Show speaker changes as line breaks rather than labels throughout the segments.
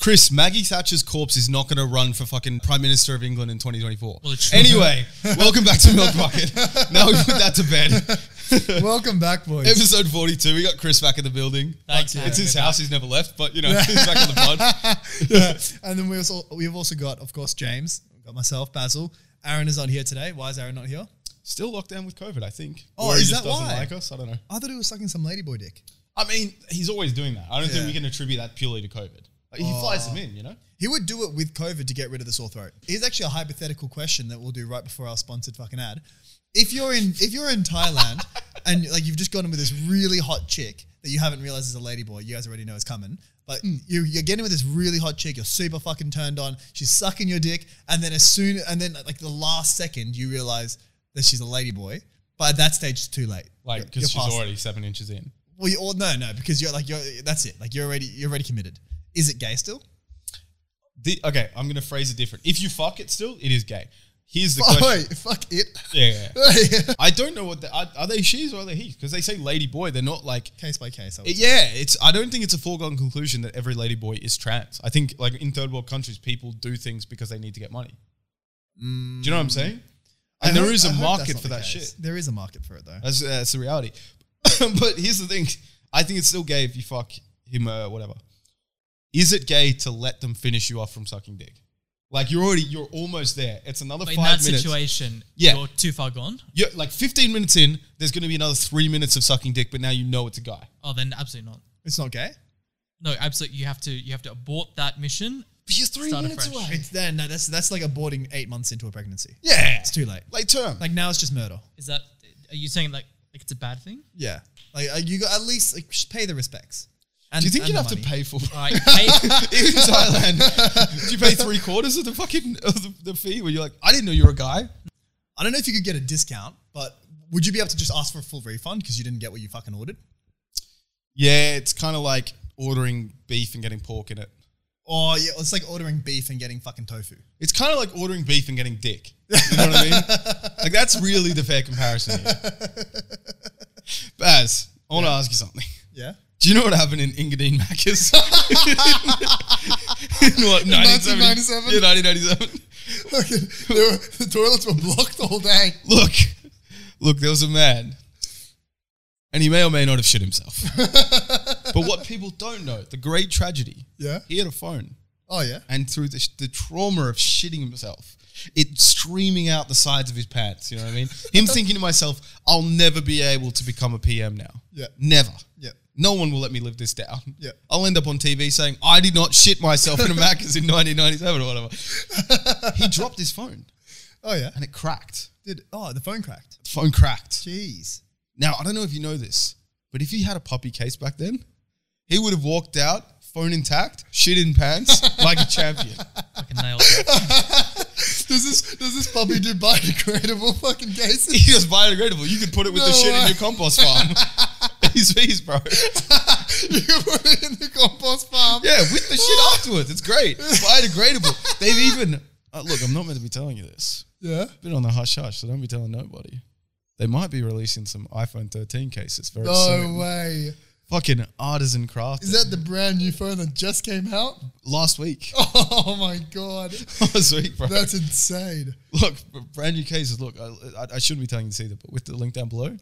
Chris, Maggie Thatcher's corpse is not going to run for fucking Prime Minister of England in 2024.
Well, it's true.
anyway, welcome back to Milk Bucket. now we put that to bed.
Welcome back, boys.
Episode 42, we got Chris back in the building.
Thanks,
it's
man.
his house, he's never left, but you know, he's back on the pod.
Yeah. And then we also we've also got, of course, James. We've got myself, Basil. Aaron is not here today. Why is Aaron not here?
Still locked down with COVID, I think.
Oh,
he
is
just
that
doesn't
why?
like us, I don't know.
I thought he was sucking some ladyboy dick.
I mean, he's always doing that. I don't think
Yeah.
we can attribute that purely to COVID. Like, he flies them in, you know?
He would do it with COVID to get rid of the sore throat. Here's actually a hypothetical question that we'll do right before our sponsored fucking ad. If you're in if you're in Thailand and like you've just gotten with this really hot chick that you haven't realized is a ladyboy, you guys already know is coming. But
Hmm.
you, you're getting with this really hot chick. You're super fucking turned on. She's sucking your dick, and then as soon and then like the last second, you realize that she's a ladyboy. But at that stage, it's too late.
Like,
You're-
because
you're
she's
past it.
already seven inches in.
Well, you, or no, no, because you're like you're. That's it. Like you're already you're already committed. Is it gay still?
The, okay, I'm going to phrase it different. If you fuck it still, it is gay. Here's the
Oh
question.
wait, fuck it.
Yeah, yeah, yeah.
Case
I don't know what they are. Are they she's or are they he? Because they say lady boy. They're not like.
by case. I would
It- yeah, it's. I don't think it's a foregone conclusion that every lady boy is trans. I think like in third world countries, people do things because they need to get money. Do you know what I'm saying?
I
And there
hope-
is a
Mm. I hope that's
market
not
for
the
that
case.
shit.
There is a market for it though.
That's that's the reality. but here's the thing: I think it's still gay if you fuck him or whatever. Is it gay to let them finish you off from sucking dick? Like you're already, you're almost there. It's another
But in
five
that
minutes.
situation,
Yeah.
you're too far gone.
You're like 15 minutes in. There's going to be another three minutes of sucking dick, but now you know it's a guy.
Oh, then absolutely not.
It's not gay.
No, absolutely. You have to you have to abort that mission.
But you're three
Start
minutes
afresh.
away.
It's then no, that's that's like aborting eight months into a pregnancy.
yeah,
It's too late.
late term.
Like now it's just murder.
Is that? Are you saying like like it's a bad thing?
Yeah. Like uh, you got at least like, just pay the respects. And,
do you think
and
you'd
the
have to
money.
pay for
All right, hey,
in Thailand? do you pay three quarters of the fucking of the, the fee? Where you're like, I didn't know you were a guy.
I don't know if you could get a discount, but would you be able to just ask for a full refund because you didn't get what you fucking ordered?
Yeah, it's kind of like ordering beef and getting pork in it.
Or yeah, it's like ordering beef and getting fucking tofu.
It's kind of like ordering beef and getting dick. You know what I mean? Like that's really the fair comparison. Here. Baz, I want to ask you something.
Yeah.
Do you know what happened in Engadine Macca's? in what,
1997?
Yeah, 1997.
the toilets were blocked all day.
Look, look, there was a man, and he may or may not have shit himself. but what people don't know, the great tragedy,
Yeah.
he had a phone,
Oh yeah.
and through the, the trauma of shitting himself, it streaming out the sides of his pants, you know what I mean? Him thinking to myself, I'll never be able to become a PM now.
Yeah.
Never.
Yeah.
No one will let me live this down.
Yeah.
I'll end up on TV saying I did not shit myself in a Macca's in 1997 or whatever. he dropped his phone
Oh yeah.
and it cracked.
Did oh the phone cracked.
The phone cracked.
Jeez.
Now, I don't know if you know this, but if he had a puppy case back then, he would have walked out, phone intact, shit in pants, like a champion.
fucking nailed it.
Does this does this puppy do biodegradable fucking cases?
He was biodegradable. You could put it with the
No
shit in
way.
your compost farm. He's fees, bro.
you put it in the compost farm.
Yeah, with the shit afterwards. It's great. Biodegradable. They've even. Uh, look, I'm not meant to be telling you this.
Yeah.
Been on the hush hush, so don't be telling nobody. They might be releasing some iPhone 13 cases very soon.
No way.
Fucking artisan craft.
Is that the brand new phone that just came out?
last week?
Oh my god.
last week, bro.
That's insane.
Look, brand new cases. Look, I, I, I shouldn't be telling you this either, but with the link down below,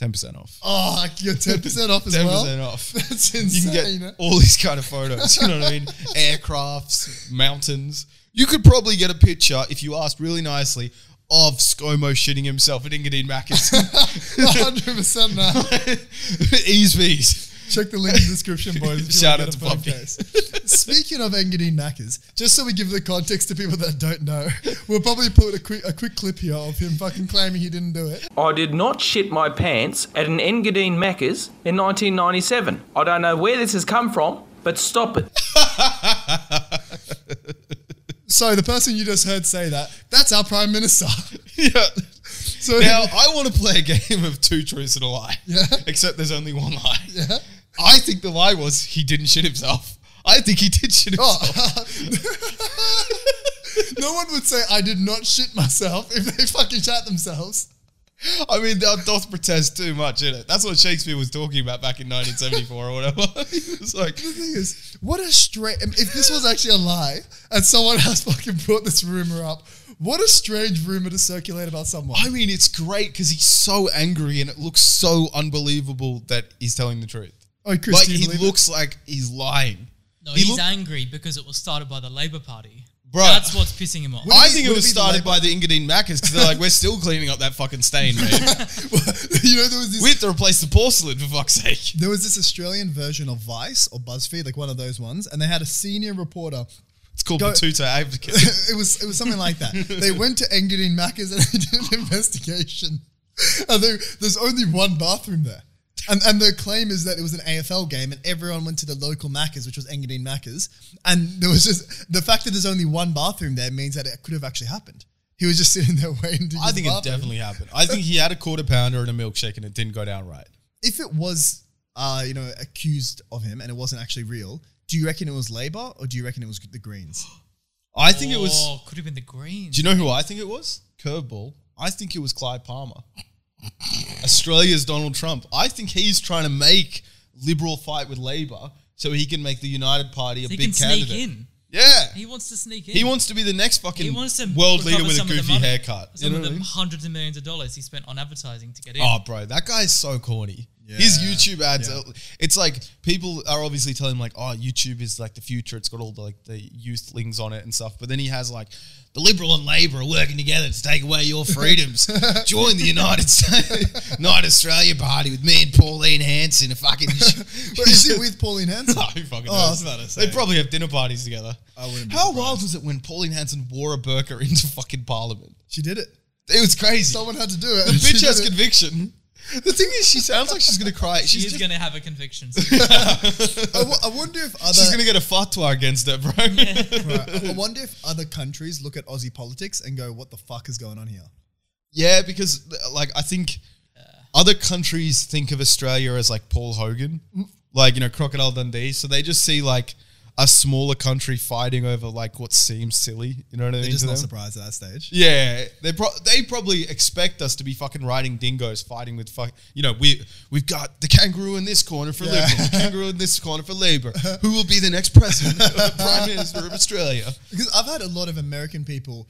10% off.
Oh, you're ten percent off as
10%
well.
off.
That's
You
insane.
can get all these kind of photos. You know what I mean? Aircrafts, mountains. You could probably get a picture if you asked really nicely of ScoMo shitting himself at Ingadine Macca's.
hundred percent now.
Ease bees.
Check the link in the description, boys. if you
Shout
wanna
out
get a
to
phone case. Speaking of Engadine Maccas, just so we give the context to people that don't know, we'll probably put a quick, a quick clip here of him fucking claiming he didn't do it.
I did not shit my pants at an Engadine Macca's in 1997. I don't know where this has come from, but stop it.
So the person you just heard say that, that's our prime minister.
Yeah.
So
Now, I want to play a game of two truths and a lie.
Yeah.
Except there's only one lie. Yeah. I think the lie was he didn't shit himself. I think he did shit himself.
Oh. no one would say I did not shit myself if they fucking shat themselves.
I mean, that doth protest too much, innit? it? That's what Shakespeare was talking about back in 1974 or whatever. it's like,
The thing is, what a strange. If this was actually a lie and someone else fucking brought this rumor up, what a strange rumor to circulate about someone.
I mean, it's great because he's so angry and it looks so unbelievable that he's telling the truth.
oh, Chris,
Like,
do you
he
believe it?
looks like he's lying.
No,
He
he's
looked-
angry because it was started by the Labour Party.
Bro.
That's what's pissing him off.
Would
I
it be-
think it
would it
was
be the
started
Labour-
by the Engadine Maccas because they're like, we're still cleaning up that fucking stain, man.
you know, there was this.
we have to replace the porcelain for fuck's sake.
there was this Australian version of Vice or BuzzFeed, like one of those ones, and they had a senior reporter.
It's called
Go-
Batuta Advocate.
it was it was something like that. They went to Engadine Macca's and they did an investigation. And they, there's only one bathroom there. And, and their claim is that it was an AFL game and everyone went to the local Macca's, which was Engadine Macca's. And there was just the fact that there's only one bathroom there means that it could have actually happened. He was just sitting there waiting to use
I think
the
it
bathroom.
definitely happened. I think he had a quarter pounder and a milkshake and it didn't go down right.
if it was uh, you know accused of him and it wasn't actually real, do you reckon it was Labour or do you reckon it was the Greens?
I think it was.
Oh, could have been the Greens.
Do you know who I think it was? Curveball. I think it was Clive Palmer. Australia's Donald Trump. I think he's trying to make Liberal fight with Labour so he can make the United Party a
he
big
can
candidate.
sneak in.
Yeah. He,
He wants to sneak in.
wants to be the next fucking
He wants to
world leader
recover
with a
some of the
goofy
money-
haircut. You
Some
know
of
what I
the
mean?
hundreds of millions of dollars he spent on advertising to get in.
Oh, bro, that guy is so corny. His
Yeah.
YouTube ads,
Yeah.
are- it's like people are obviously telling him like, "Oh, YouTube is like the future. It's got all the like the youthlings on it and stuff." But then he has like, "The Liberal and Labor are working together to take away your freedoms. Join the United States, United Australia Party with me and Pauline Hanson." A fucking
But is it with Pauline Hanson?
No, who fucking
Oh, I was
knows?
about to
They
say.
probably have dinner parties together.
I wouldn't be
How wild was it when Pauline Hanson wore a burqa into fucking Parliament?
she did it.
It was crazy.
Someone had to do it.
The
and she
bitch
did
has
it.
conviction. The thing is, she sounds like she's gonna cry. She's
He's
just,
going to have a conviction.
I, w- I wonder if other.
she's gonna get a fatwa against her, bro. Yeah,
Right, I wonder if other countries look at Aussie politics and go, "What the fuck is going on here?"
because like I think other countries think of Australia as like Paul Hogan, like you know Crocodile Dundee. So they just see like a smaller country fighting over like what seems silly. You know what I mean?
They're
to
just not
them?
surprised at that stage.
Yeah, they pro- they probably expect us to be fucking riding dingoes, fighting with fuck. You know, we we've got the kangaroo in this corner for Liberal, the kangaroo in this corner for Labor. Who will be the next president, prime minister of Australia?
Because I've had a lot of American people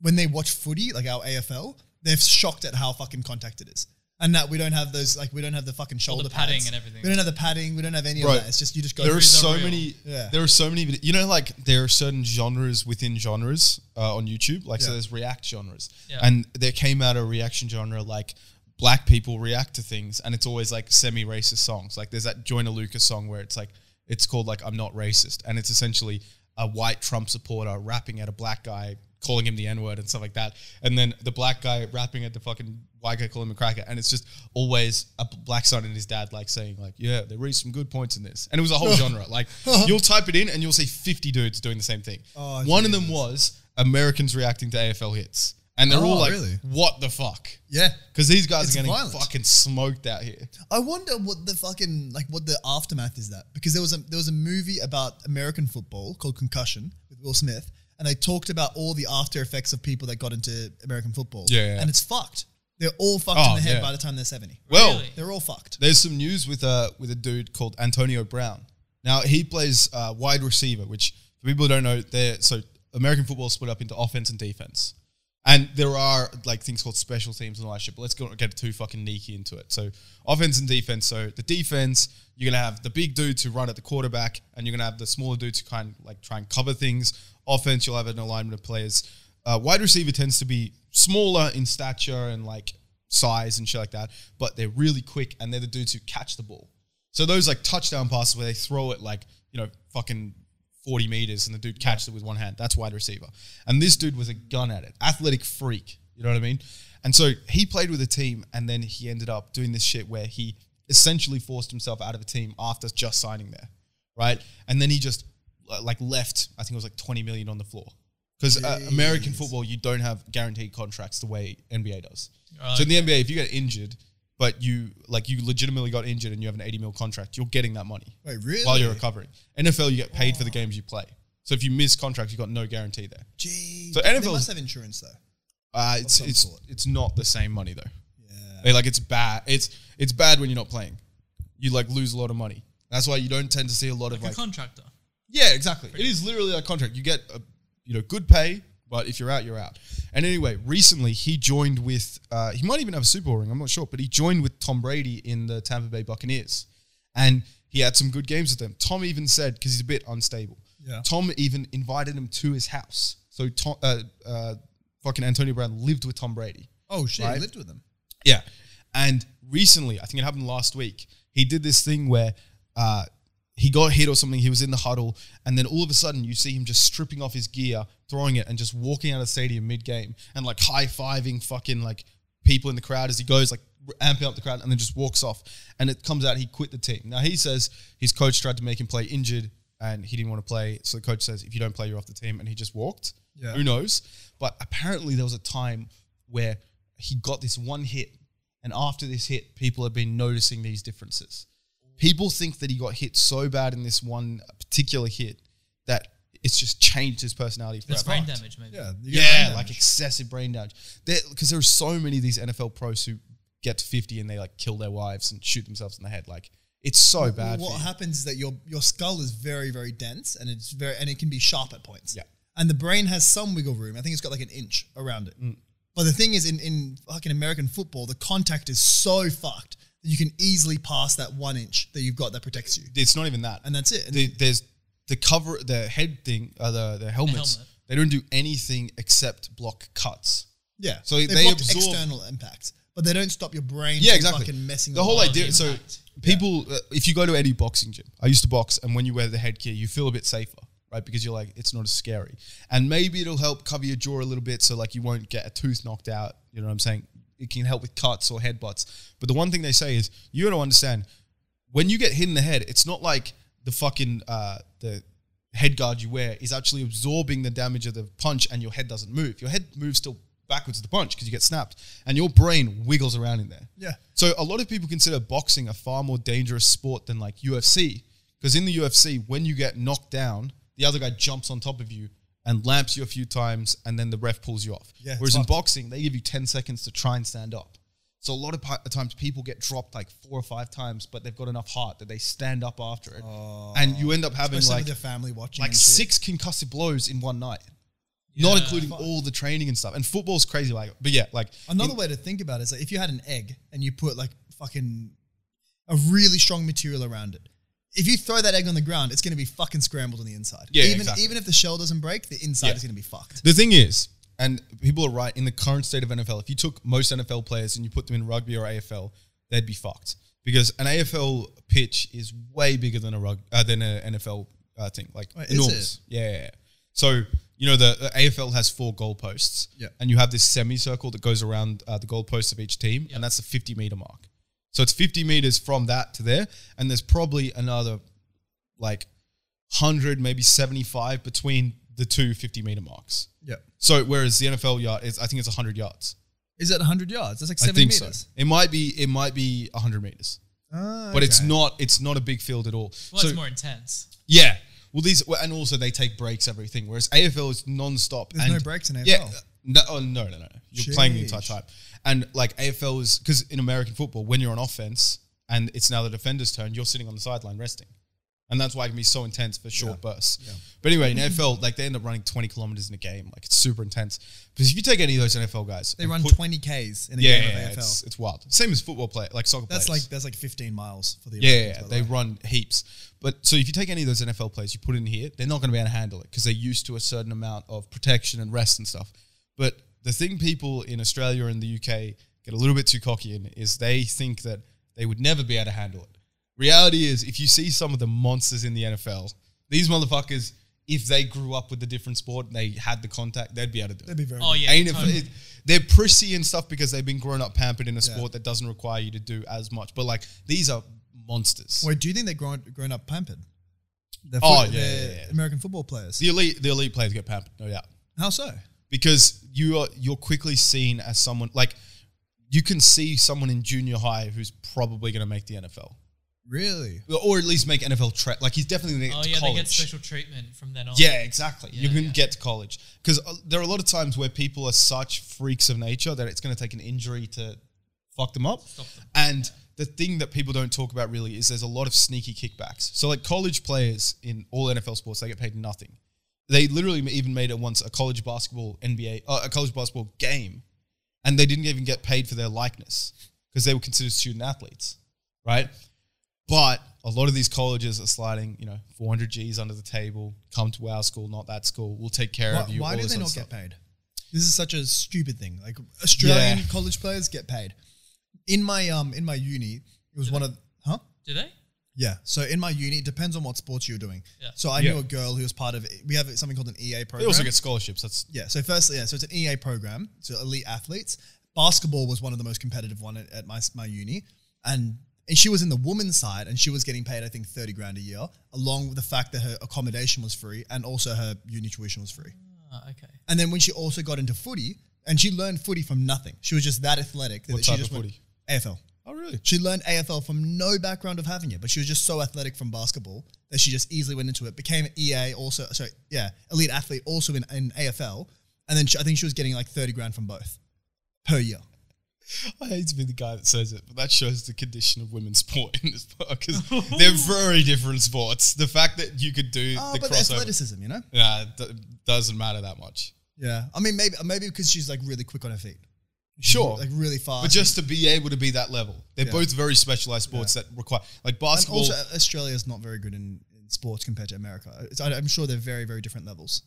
when they watch footy, like our AFL, they're shocked at how fucking contact it is. And that we don't have those, like we don't have the fucking shoulder
padding
pads.
and everything.
We don't have the padding. We don't have any
Right.
of that. It's just you just go.
There are
through
so
reel.
many.
Yeah.
There are so many. vid- You know, like there are certain genres within genres uh, on YouTube. Like so,
Yeah.
there's react genres,
Yeah.
and there came out a reaction genre like black people react to things, and it's always like semi-racist songs. Like there's that Joyner Lucas song where it's like it's called like I'm not racist, and it's essentially a white Trump supporter rapping at a black guy. Calling him the N word and stuff like that, and then the black guy rapping at the fucking white guy calling him a cracker, and it's just always a black son and his dad like saying like, "Yeah, there is some good points in this," and it was a whole genre. Like you'll type it in and you'll see 50 dudes doing the same thing. One
Oh,
of them was Americans reacting to AFL hits. And they're all
Oh,
like,
really?
what the fuck?
Yeah.
Because these guys
It's
are getting
violent.
fucking smoked out here.
I wonder what the fucking like what the aftermath is that because there was a there was a movie about American football called Concussion with Will Smith and they talked about all the after effects of people that got into American football.
Yeah, yeah.
And it's fucked. They're all fucked
Oh,
in the head
yeah.
by the time they're seventy.
Well,
Really?
They're all fucked.
there's some news with a with a dude called Antonio Brown. Now he plays uh, wide receiver, which for people who don't know, they so American football is split up into offense and defense, and there are like things called special teams and all that shit. But let's go get too fucking neaky into it. So offense and defense. So the defense, you're gonna have the big dudes who run at the quarterback, and you're gonna have the smaller dudes who kind of like try and cover things. Offense, you'll have an alignment of players. Uh, wide receiver tends to be smaller in stature and like size and shit like that, but they're really quick and they're the dudes who catch the ball. So those like touchdown passes where they throw it like, you know, fucking 40 meters and the dude catches it with one hand, that's wide receiver. And this dude was a gun at it, athletic freak. You know what I mean? And so he played with a team and then he ended up doing this shit where he essentially forced himself out of a team after just signing there, right? And then he just uh, like left, I think it was like 20 million on the floor. Because uh, American football, you don't have guaranteed contracts the way NBA does. So in the NBA, if you get injured, but you like you legitimately got injured and you have an 80 mil contract, you're getting that money
Wait, really?
while you're recovering. NFL, you get paid for the games you play. So if you miss contract, you've got no guarantee there.
Gee.
So
they
NFL 's-
must have insurance though.
Uh, it's
some
it's
sort.
it's not the same money though. They, like it's bad. It's it's bad when you're not playing. You like lose a lot of money. That's why you don't tend to see a lot of
Like
like
a contractor.
yeah, exactly. It is literally a contract. You get a, you know good pay, but if you're out, you're out. And anyway, recently he joined with uh, he might even have a Super Bowl ring. I'm not sure, but he joined with Tom Brady in the Tampa Bay Buccaneers, and he had some good games with them. Tom even said because he's a bit unstable.
Yeah.
Tom even invited him to his house. So Tom, uh, uh, fucking Antonio Brown lived with Tom Brady.
Oh shit,
Right.
he lived with them.
Yeah. And recently, I think it happened last week, he did this thing where uh, he got hit or something. He was in the huddle. And then all of a sudden, you see him just stripping off his gear, throwing it, and just walking out of the stadium mid game and like high fiving fucking like people in the crowd as he goes, like amping up the crowd, and then just walks off. And it comes out he quit the team. Now, he says his coach tried to make him play injured and he didn't want to play. So the coach says, if you don't play, you're off the team. And he just walked.
Yeah.
Who knows? But apparently, there was a time where he got this one hit. And after this hit, people have been noticing these differences. People think that he got hit so bad in this one particular hit that it's just changed his personality forever.
That's brain damage, maybe.
Yeah, you get
Yeah,
brain
like
damage.
excessive brain damage. Because there are so many of these NFL pros who get to 50 and they like kill their wives and shoot themselves in the head. Like, it's so bad. for
What
you.
happens is that your your skull is very very dense and it's very and it can be sharp at points.
Yeah.
And the brain has some wiggle room. I think it's got like an inch around it.
Mm.
But the thing is, in in fucking American football, the contact is so fucked that you can easily pass that one inch that you've got that protects you,
It's not even that.
and that's it. And
the, there's the cover, the head thing, uh, the the helmets.
helmet.
They don't do anything except block cuts.
yeah,
so they
block
absorb-
external impacts, but they don't stop your brain.
Yeah,
from
exactly.
Fucking messing
the whole
up.
idea. So
impact.
people, uh, if you go to any boxing gym, I used to box, and when you wear the headgear, you feel a bit safer, right? Because you're like, it's not as scary, and maybe it'll help cover your jaw a little bit, so like you won't get a tooth knocked out. You know what I'm saying? It can help with cuts or headbutts. But the one thing they say is, you got to understand, when you get hit in the head, it's not like the fucking uh, the head guard you wear is actually absorbing the damage of the punch, and your head doesn't move. Your head moves still backwards to the punch because you get snapped, and your brain wiggles around in there.
Yeah.
So a lot of people consider boxing a far more dangerous sport than like UFC because in the UFC, when you get knocked down, the other guy jumps on top of you and lamps you a few times, and then the ref pulls you off.
Yeah, it's
Whereas in
fucked.
boxing, they give you ten seconds to try and stand up. So a lot of pi- times people get dropped like four or five times, but they've got enough heart that they stand up after it, and you end up having
Oh. especially
like
with their family watching,
like
and shit.
six concussive blows in one night, not including all the training and stuff. And football's crazy, like but yeah, like
Another way to think about it is like if you had an egg and you put like fucking a really strong material around it. If you throw that egg on the ground, it's going to be fucking scrambled on the inside.
Yeah,
even
exactly.
even if the shell doesn't break, the inside
Yeah.
is going to be fucked.
The thing is, and people are right, in the current state of NFL, if you took most NFL players and you put them in rugby or AFL, they'd be fucked. Because an AFL pitch is way bigger than a rug, uh, than an NFL uh, thing, like
Wait, is
enormous. Yeah, yeah, yeah. So you know the, the AFL has four goalposts,
Yeah.
and you have this semicircle that goes around uh, the goalposts of each team, and that's the fifty meter mark. So it's fifty meters from that to there, and there's probably another like hundred, maybe seventy-five between the two 50 meter marks.
Yeah.
So whereas the NFL yard is, I think it's 100 yards.
Is it 100 yards? That's like
I think so. It might be, it might be 100 meters,
Ah,
but it's
okay.
not, it's not a big field at all.
Well,
so
it's more intense.
yeah. Well, these well, and also they take breaks everything. Whereas AFL is non-stop.
There's
and-
no breaks in
Yeah.
AFL.
No, oh, no, no, no. You're playing the entire
Sheesh.
time, and like AFL is because in American football, when you're on offense and it's now the defender's turn, you're sitting on the sideline resting, and that's why it can be so intense for short bursts. But anyway, in AFL, like they end up running 20 kilometers in a game, like it's super intense. Because if you take any of those NFL guys,
They
and
run
put-
20 Ks in a
yeah,
game
yeah,
of AFL.
it's, it's wild. Same as football play, like soccer.
that's
players.
like that's like 15 miles for the
Yeah, yeah,
Americans,
yeah,
by the
they
way.
run heaps. But so if you take any of those NFL players, you put in here, they're not going to be able to handle it because they're used to a certain amount of protection and rest and stuff. But the thing people in Australia and the UK get a little bit too cocky in is they think that they would never be able to handle it. Reality is, if you see some of the monsters in the NFL, these motherfuckers, if they grew up with a different sport and they had the contact, they'd be able to do it.
That'd be very
Oh yeah.
Ain't it-
totally.
it- they're prissy and stuff because they've been grown up pampered in a
Yeah.
sport that doesn't require you to do as much. But like these are monsters.
Wait, do you think they're grown, grown up pampered? They're
Oh,
foot-
yeah,
they're
yeah, yeah.
American football players.
The elite, the elite players get pampered, no doubt,
How so?
because you are you're quickly seen as someone like you can see someone in junior high who's probably going to make the NFL
Really?
or at least make NFL track. Like he's definitely going to
Oh
get
yeah,
to college.
they get special treatment from then on.
Yeah, exactly. you can
yeah.
get to college uh, because there are a lot of times where people are such freaks of nature that it's going to take an injury to fuck them up. And the thing that people don't talk about really is there's a lot of sneaky kickbacks. So like college players in all NFL sports, they get paid nothing. They literally even made it once a college basketball NBA, uh, a college basketball game, and they didn't even get paid for their likeness because they were considered student athletes, right? But a lot of these colleges are sliding, you know, 400 G's under the table. Come to our school, not that school. We'll take care
Why,
of you.
why
all
do
this
they
other
not
stuff.
get paid? This is such a stupid thing. Like Australian
Yeah.
college players get paid. In my um in my uni, it was one of huh?
Do they?
Yeah. So in my uni, it depends on what sports you're doing.
Yeah.
So I
Yeah.
knew a girl who was part of we have something called an EA program.
They also get scholarships. That's
Yeah. So firstly, yeah. So it's an EA program. So elite athletes. Basketball was one of the most competitive one at, at my my uni, and and she was in the women's side, and she was getting paid I think thirty grand a year, along with the fact that her accommodation was free and also her uni tuition was free.
Ah, okay.
And then when she also got into footy, and she learned footy from nothing. She was just that athletic. that
What
she
type
just
of
went-
footy?
AFL.
oh really?
She learned AFL from no background of having it, but she was just so athletic from basketball that she just easily went into it. Became an EA, also sorry, yeah, elite athlete, also in, in AFL, and then she, I think she was getting like thirty grand from both per year.
I hate to be the guy that says it, but that shows the condition of women's sport in this part because they're very different sports. The fact that you could do
Oh,
the
but
crossover,
athleticism, you know?
nah, d- doesn't matter that much.
Yeah, I mean maybe maybe because she's like really quick on her feet,
Sure,
like really fast.
but just to be able to be that level, they're
Yeah.
both very specialized sports that require like
and
basketball.
also Australia's not very good in, in sports compared to America. It's, I, I'm sure they're very very different levels.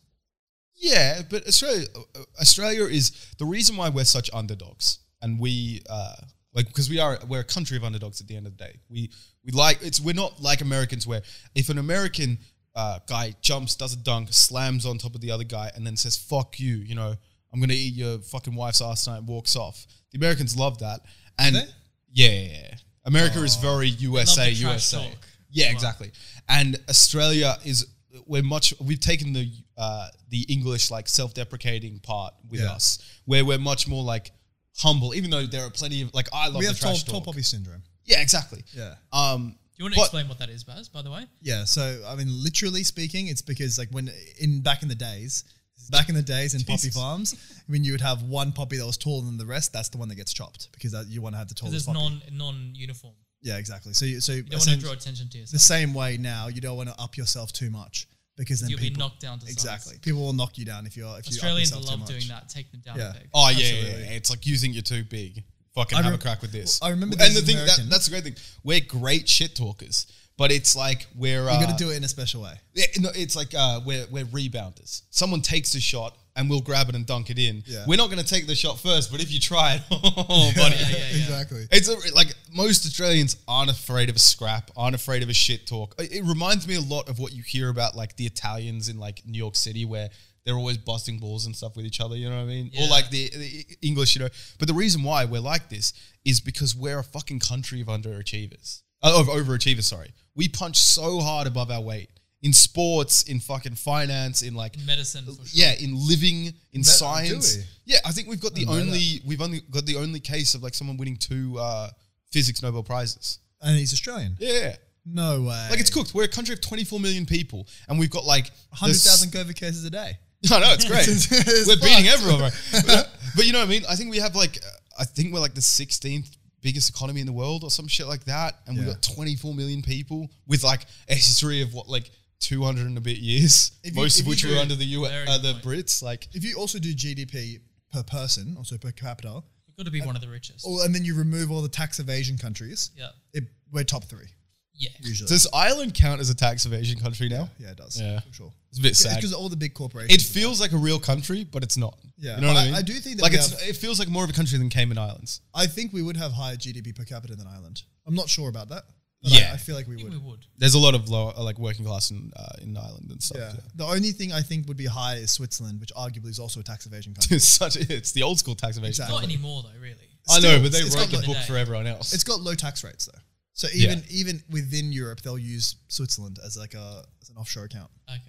Yeah, but Australia, uh, Australia is the reason why we're such underdogs, and we uh, like because we are we're a country of underdogs at the end of the day. We we like it's we're not like Americans where if an American uh, guy jumps, does a dunk, slams on top of the other guy, and then says "fuck you," you know, I'm gonna eat your fucking wife's ass tonight, and walks off. The Americans love that, and
they? Oh.
yeah, yeah, yeah. America is very USA,
the trash
USA.
talk.
Yeah, exactly. And Australia is we're much we've taken the uh, the English like self deprecating part with
Yeah.
us, where we're much more like humble. Even though there are plenty of like I love
we
the
have tall,
trash
tall
talk.
poppy syndrome.
yeah, exactly.
Yeah.
Um,
Do you want
But-
to explain what that is, Baz? By the way,
Yeah, so I mean, literally speaking, it's because like when in back in the days, back in the days in poppy farms, when you would have one poppy that was taller than the rest, that's the one that gets chopped because that, you want to have the
because
tallest
it's
poppy.
non non uniform.
yeah, exactly. So you, so
You don't want to
essen-
draw attention to yourself.
the same way now, you don't want to up yourself too much because then
You'll be
people,
knocked down to size.
exactly. People will knock you down if you're if
Australians
you up yourself
love
too much.
doing that. Take them down
Yeah.
a peg.
Oh yeah, yeah,
Absolutely.
yeah. it's like you think you're too big. Fucking
I
have a
rem-
crack with this.
I remember
and
this
the
as
thing that,
American-
that's the great thing. We're great shit talkers, but it's like we're uh,
You got to do it in a special way.
Yeah, no, it's like uh, we're, we're rebounders. Someone takes a shot and we'll grab it and dunk it in.
Yeah.
We're not going to take the shot first, but if you try it, oh, buddy.
Yeah, yeah, yeah.
exactly.
It's a, like most Australians aren't afraid of a scrap, aren't afraid of a shit talk. It, it reminds me a lot of what you hear about like the Italians in like New York City where they're always busting balls and stuff with each other, you know what I mean? Or
Yeah.
like the, the English, you know. But the reason why we're like this is because we're a fucking country of underachievers. Uh, of overachievers, sorry. We punch so hard above our weight in sports, in fucking finance, in like
In medicine, for sure.
yeah, in living, in
That-
science.
do we?
Yeah, I think we've got the
know
only we've only got the only case of like someone winning two uh, physics Nobel prizes.
And he's Australian.
Yeah,
No way.
like it's cooked. We're a country of twenty four million people, and we've got like the
hundred thousand
s-
COVID cases a day.
No, no, it's great.
It's- it's
we're beating
fucked.
everyone, right? But, but you know what I mean. I think we have like uh, I think we're like the sixteenth biggest economy in the world or some shit like that, and
Yeah.
we've got twenty four million people with like a history of what like. 200 and a bit years,
If you-
most
if
of
you
which
do
were
it-
under the US,
Very
uh,
good
the
point.
Brits. Like,
If you also do GDP per person, also per capita,
You've got to be one of the richest.
Oh.
or, and then you remove all the tax evasion countries,
Yeah.
it, we're top three
Yeah.
usually.
Does Ireland count as a tax evasion country now?
yeah, it does.
Yeah.
I'm sure.
It's a bit
It's
sad.
because all the big corporations.
It feels like a real country, but it's not.
Yeah.
you know what I,
I-
mean.
I do think that
like
we
it's,
have-
it feels like more of a country than Cayman Islands.
I think we would have higher GDP per capita than Ireland. I'm not sure about that. But
Yeah.
I, I feel like we
I
would.
think we would.
There's a lot of lower, like working class in uh, in Ireland and stuff.
Yeah.
Yeah.
The only thing I think would be higher is Switzerland, which arguably is also a tax evasion country.
It's such it's the old school tax evasion.
Exactly.
Not anymore though, really.
I know,
Still,
but they
it's
wrote
got
the
like-
book for everyone else.
it's got low tax rates though. So
Yeah.
even even within Europe, they'll use Switzerland as like a as an offshore account.
Okay.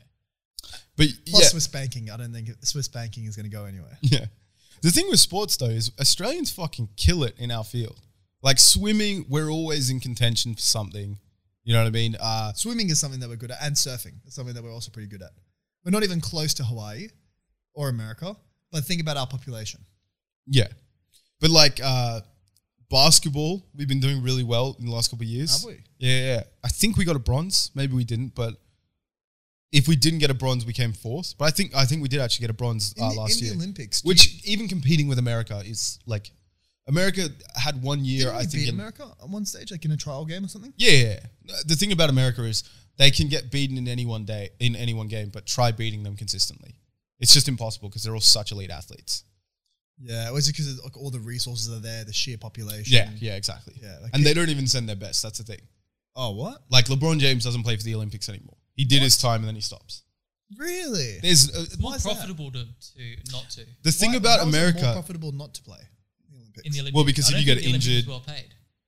but
Plus
yeah,
Swiss banking. I don't think Swiss banking is going to go anywhere.
yeah. The thing with sports though is Australians fucking kill it in our field. Like swimming, we're always in contention for something. You know what I mean? Uh,
Swimming is something that we're good at, and surfing is something that we're also pretty good at. We're not even close to Hawaii or America, but think about our population.
Yeah. But like uh basketball, we've been doing really well in the last couple of years.
Have we?
Yeah, yeah. I think we got a bronze. Maybe we didn't, but if we didn't get a bronze, we came fourth. But I think I think we did actually get a bronze
In,
uh,
the,
last
in
year,
the Olympics, do you-
which even competing with America is like America had one year.
didn't
I
we
think
beat
in-
America at one stage, like in a trial game or something.
Yeah, yeah, yeah. The thing about America is they can get beaten in any one day, in any one game, but try beating them consistently. It's just impossible because they're all such elite athletes.
Yeah, was it because like all the resources are there, the sheer population?
Yeah, yeah, exactly.
Yeah, like
and they don't even send their best. That's the thing.
Oh, what?
Like LeBron James doesn't play for the Olympics anymore. He did his time and then he stops.
Really?
There's uh,
It's more
is that?
profitable to, to not to
the thing
Why-
about
how is it more
America.
profitable not to play in the Olympics.
in the Olympics.
Well, because
I
if
don't
you
think
get
the Olympics
injured-
is well paid.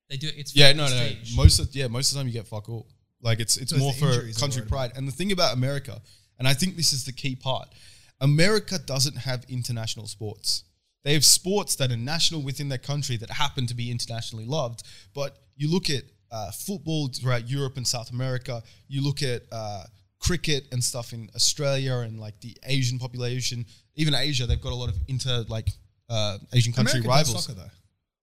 They do it. It's for
Yeah, no, no.
prestige.
Most of yeah, most of the time you get fuck all. Like it's it's
So it's
more
the
for
injuries I'm
country
worried about.
pride. And the thing about America, and I think this is the key part, America doesn't have international sports. They have sports that are national within their country that happen to be internationally loved. But you look at uh, football throughout Europe and South America. You look at uh, cricket and stuff in Australia and like the Asian population, even Asia. They've got a lot of inter like uh, Asian country
America does
rivals.
soccer though.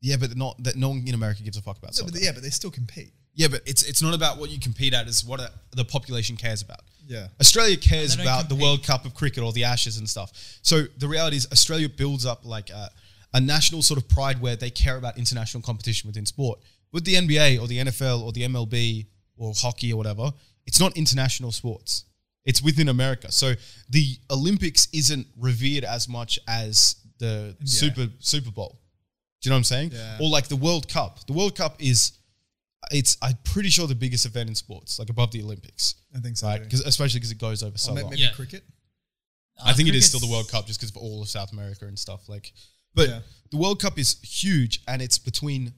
Yeah, but not that no one in America gives a fuck about.
No,
soccer.
but yeah, but they still compete.
Yeah, but it's it's not about what you compete at; it's what uh the population cares about.
Yeah.
Australia cares
They don't
about the
compete.
World Cup of cricket or the Ashes and stuff. So the reality is, Australia builds up like a, a national sort of pride where they care about international competition within sport. With the NBA or the NFL or the MLB or hockey or whatever, it's not international sports. It's within America. So the Olympics isn't revered as much as the Super Super Bowl. Do you know what I'm saying?
Yeah.
Or like the World Cup. The World Cup is it's I'm pretty sure the biggest event in sports, like above the Olympics,
I think so.
right?
too.
Because especially because it goes over so
Or may-
long.
maybe
Yeah.
cricket.
I think it is still the
Uh, Cricket's-
World Cup just because of all of South America and stuff. Like, but
Yeah.
the World Cup is huge, and it's between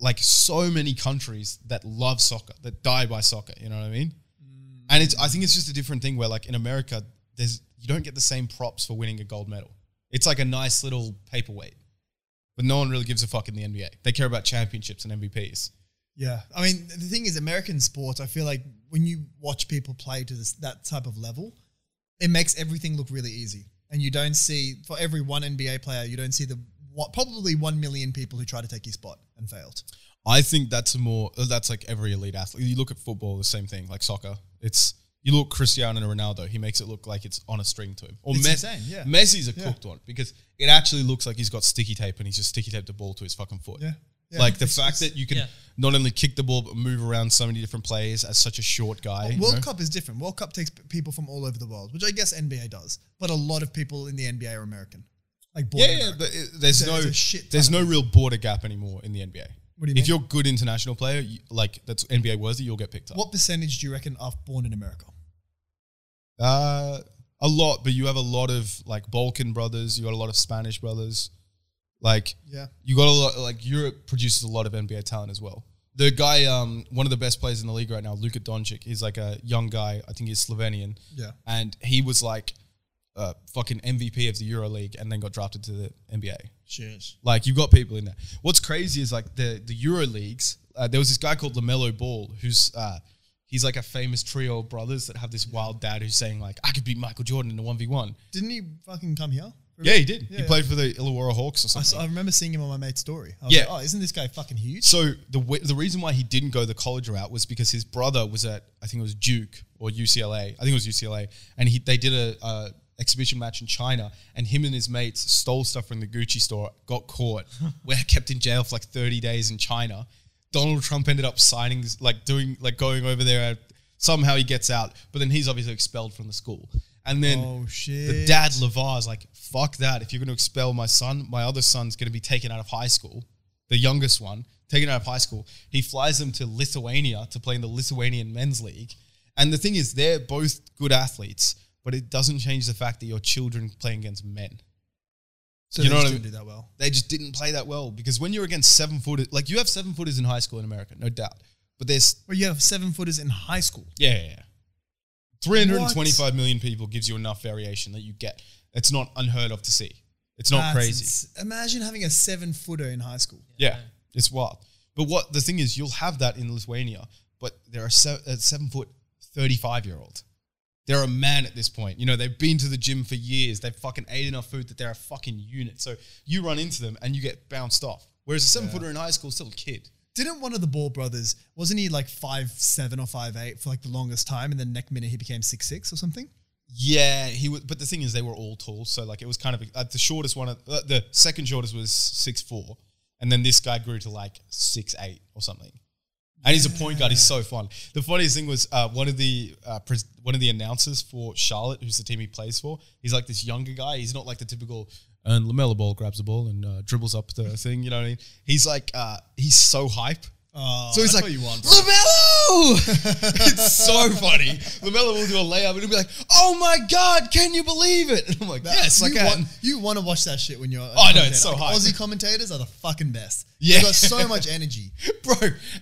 like so many countries that love soccer that die by soccer. You know what I mean?
Mm.
And it's I think it's just a different thing where like in America, there's you don't get the same props for winning a gold medal. It's like a nice little paperweight, but no one really gives a fuck in the NBA. They care about championships and MVPs.
Yeah, I mean the thing is, American sport. I feel like when you watch people play to this that type of level, it makes everything look really easy, and you don't see for every one NBA player, you don't see the what, probably one million people who try to take his spot and failed.
I think that's a more uh, that's like every elite athlete. You look at football, the same thing, like soccer. It's you look Cristiano Ronaldo, he makes it look like it's on a string to him. Or
It's
Mes-
insane, yeah.
Messi's a
Yeah.
cooked one because it actually looks like he's got sticky tape and he's just sticky taped the ball to his fucking foot.
Yeah. Yeah.
Like the
It's-
fact
it's-
that you can
yeah.
not only kick the ball but move around so many different players as such a short guy. you
World
know?
Cup is different. World Cup takes p- people from all over the world, which I guess NBA does, but a lot of people in the NBA are American. Like born
Yeah, yeah,
American.
but it, there's
There's
no
a shit ton
there's
of
no real border gap anymore in the NBA.
What do you
if
mean?
you're a good international player, you, like that's NBA worthy, you'll get picked up.
What percentage do you reckon are born in America?
Uh, a lot, but you have a lot of like Balkan brothers. You got a lot of Spanish brothers. Like
Yeah.
you got a lot. Like Europe produces a lot of NBA talent as well. The guy, um, one of the best players in the league right now, Luka Doncic. He's like a young guy. I think he's Slovenian,
Yeah.
and he was like, uh, fucking MVP of the EuroLeague, and then got drafted to the NBA.
Cheers.
Like you've got people in there. What's crazy is like the the Euro leagues. Uh, there was this guy called Lamelo Ball, who's uh, he's like a famous trio of brothers that have this wild dad who's saying like, I could beat Michael Jordan in a one v one.
Didn't he fucking come here?
Yeah, he did. he
yeah.
played for the Illawarra Hawks or
I, saw,
something.
I remember seeing him on my mate's story. I was
Yeah.
Like, oh, isn't this guy fucking huge?
so the w- the reason why he didn't go the college route was because his brother was at I think it was Duke or UCLA. I think it was UCLA, and he they did a. a Exhibition match in China, and him and his mates stole stuff from the Gucci store, got caught, were kept in jail for like 30 days in China. Donald Trump ended up signing, like doing, like going over there. and Somehow he gets out, but then he's obviously expelled from the school. And then
Oh, shit.
the dad Lavar is like, fuck that. If you're going to expel my son, my other son's going to be taken out of high school. The youngest one, taken out of high school. He flies them to Lithuania to play in the Lithuanian men's league. And the thing is, they're both good athletes, but it doesn't change the fact that your children playing against men.
So
You
you
know
know
what I
didn't
mean?
do that well.
They just didn't play that well because when you're against seven footers, like you have seven footers in high school in America, no doubt. But there's
Well, you have seven footers in high school.
yeah, yeah, yeah. 325 million people gives you enough variation that you get. It's not unheard of to see. It's not
That's
crazy.
ins- imagine having a seven footer in high school.
yeah, it's wild. But what the thing is, you'll have that in Lithuania, but there are se- a seven foot 35 year old. They're a man at this point. You know, they've been to the gym for years. They've fucking ate enough food that they're a fucking unit. So you run into them and you get bounced off. Whereas a seven footer in high school is still a kid.
Didn't one of the Ball brothers wasn't he like five seven or five eight for like the longest time, and then next minute he became six six or something?
Yeah, he was. But the thing is, they were all tall, so like it was kind of uh, the shortest one. Uh, the second shortest was six four, and then this guy grew to like six eight or something. And he's a point guard. He's so fun. The funniest thing was uh, one of the uh, pres- one of the announcers for Charlotte, who's the team he plays for. He's like this younger guy. He's not like the typical. And Lamella Ball grabs the ball and uh, dribbles up the thing. You know what I mean? He's like uh, he's so hype. so he's
that's
like
what you want, bro.
Lamelo. it's so funny. Lamella will do a layup and he'll be like, "Oh my god, can you believe it?" And I'm like, "Yes, I
you
can."
Want, uh, you want to watch that shit when you're. Oh,
I know, it's so hype.
Aussie commentators are the fucking best.
Yeah.
they got so much energy.
Bro,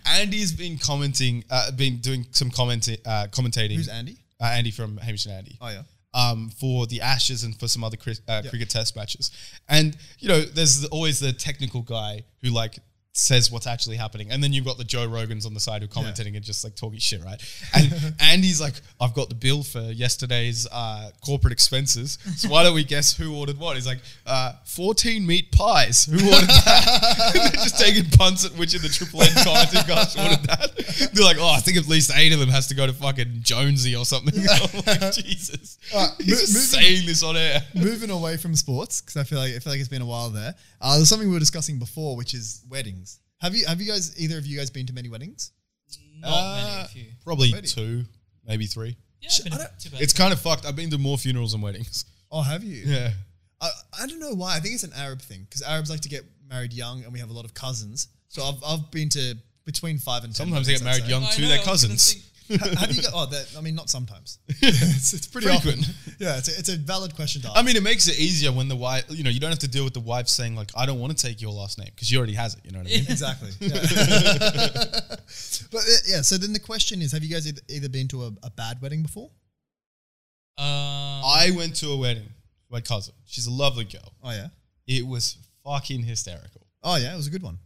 Andy's been commenting, uh, been doing some commenting, uh, commentating.
Who's Andy?
Uh, Andy from Hamish and Andy.
Oh yeah.
um, for the Ashes and for some other cri- uh, cricket test matches. And, you know, there's always the technical guy who, like, says what's actually happening. And then you've got the Joe Rogans on the side who are commentating and just, like, talking shit, right? And Andy's like, I've got the bill for yesterday's uh, corporate expenses. So why don't we guess who ordered what? He's like, uh, 14 meat pies. Who ordered that? They're just taking punts at which of the Triple N commenting guys ordered that. They're like, oh, I think at least eight of them has to go to fucking Jonesy or something. I'm like, Jesus. He's
mo-
just
moving-
saying this on air.
Moving away from sports because I feel like I feel like it's been a while there. Uh, there's something we were discussing before, which is weddings. Have you have you guys either of you guys been to many weddings?
Not many
Uh,
of you.
Probably
Already.
two, maybe three.
Yeah,
sh-
but
I don't-
too bad.
It's kind of fucked. I've been to more funerals and weddings.
Oh, have you?
Yeah.
I, I don't know why. I think it's an Arab thing because Arabs like to get married young, and we have a lot of cousins. So I've, I've been to between five and 10
Sometimes they get
weddings,
married
I'd
young
I
to
know, I
their
was gonna
cousins.
think-
say. Ha- have you? Got, oh, that, I mean, not sometimes.
it's, pretty
often.
often.
yeah, it's a, it's a valid question to ask.
I mean, it makes it easier when the wife, you know, you don't have to deal with the wife saying, like, I don't want to take your last name because she already has it. You know what I mean?
exactly. Yeah. but uh, yeah, so then the question is: Have you guys eith- either been to a, a bad wedding before?
Um,
I went to a wedding with my cousin. She's a lovely girl.
Oh yeah,
It was fucking hysterical.
oh yeah, it was a good one.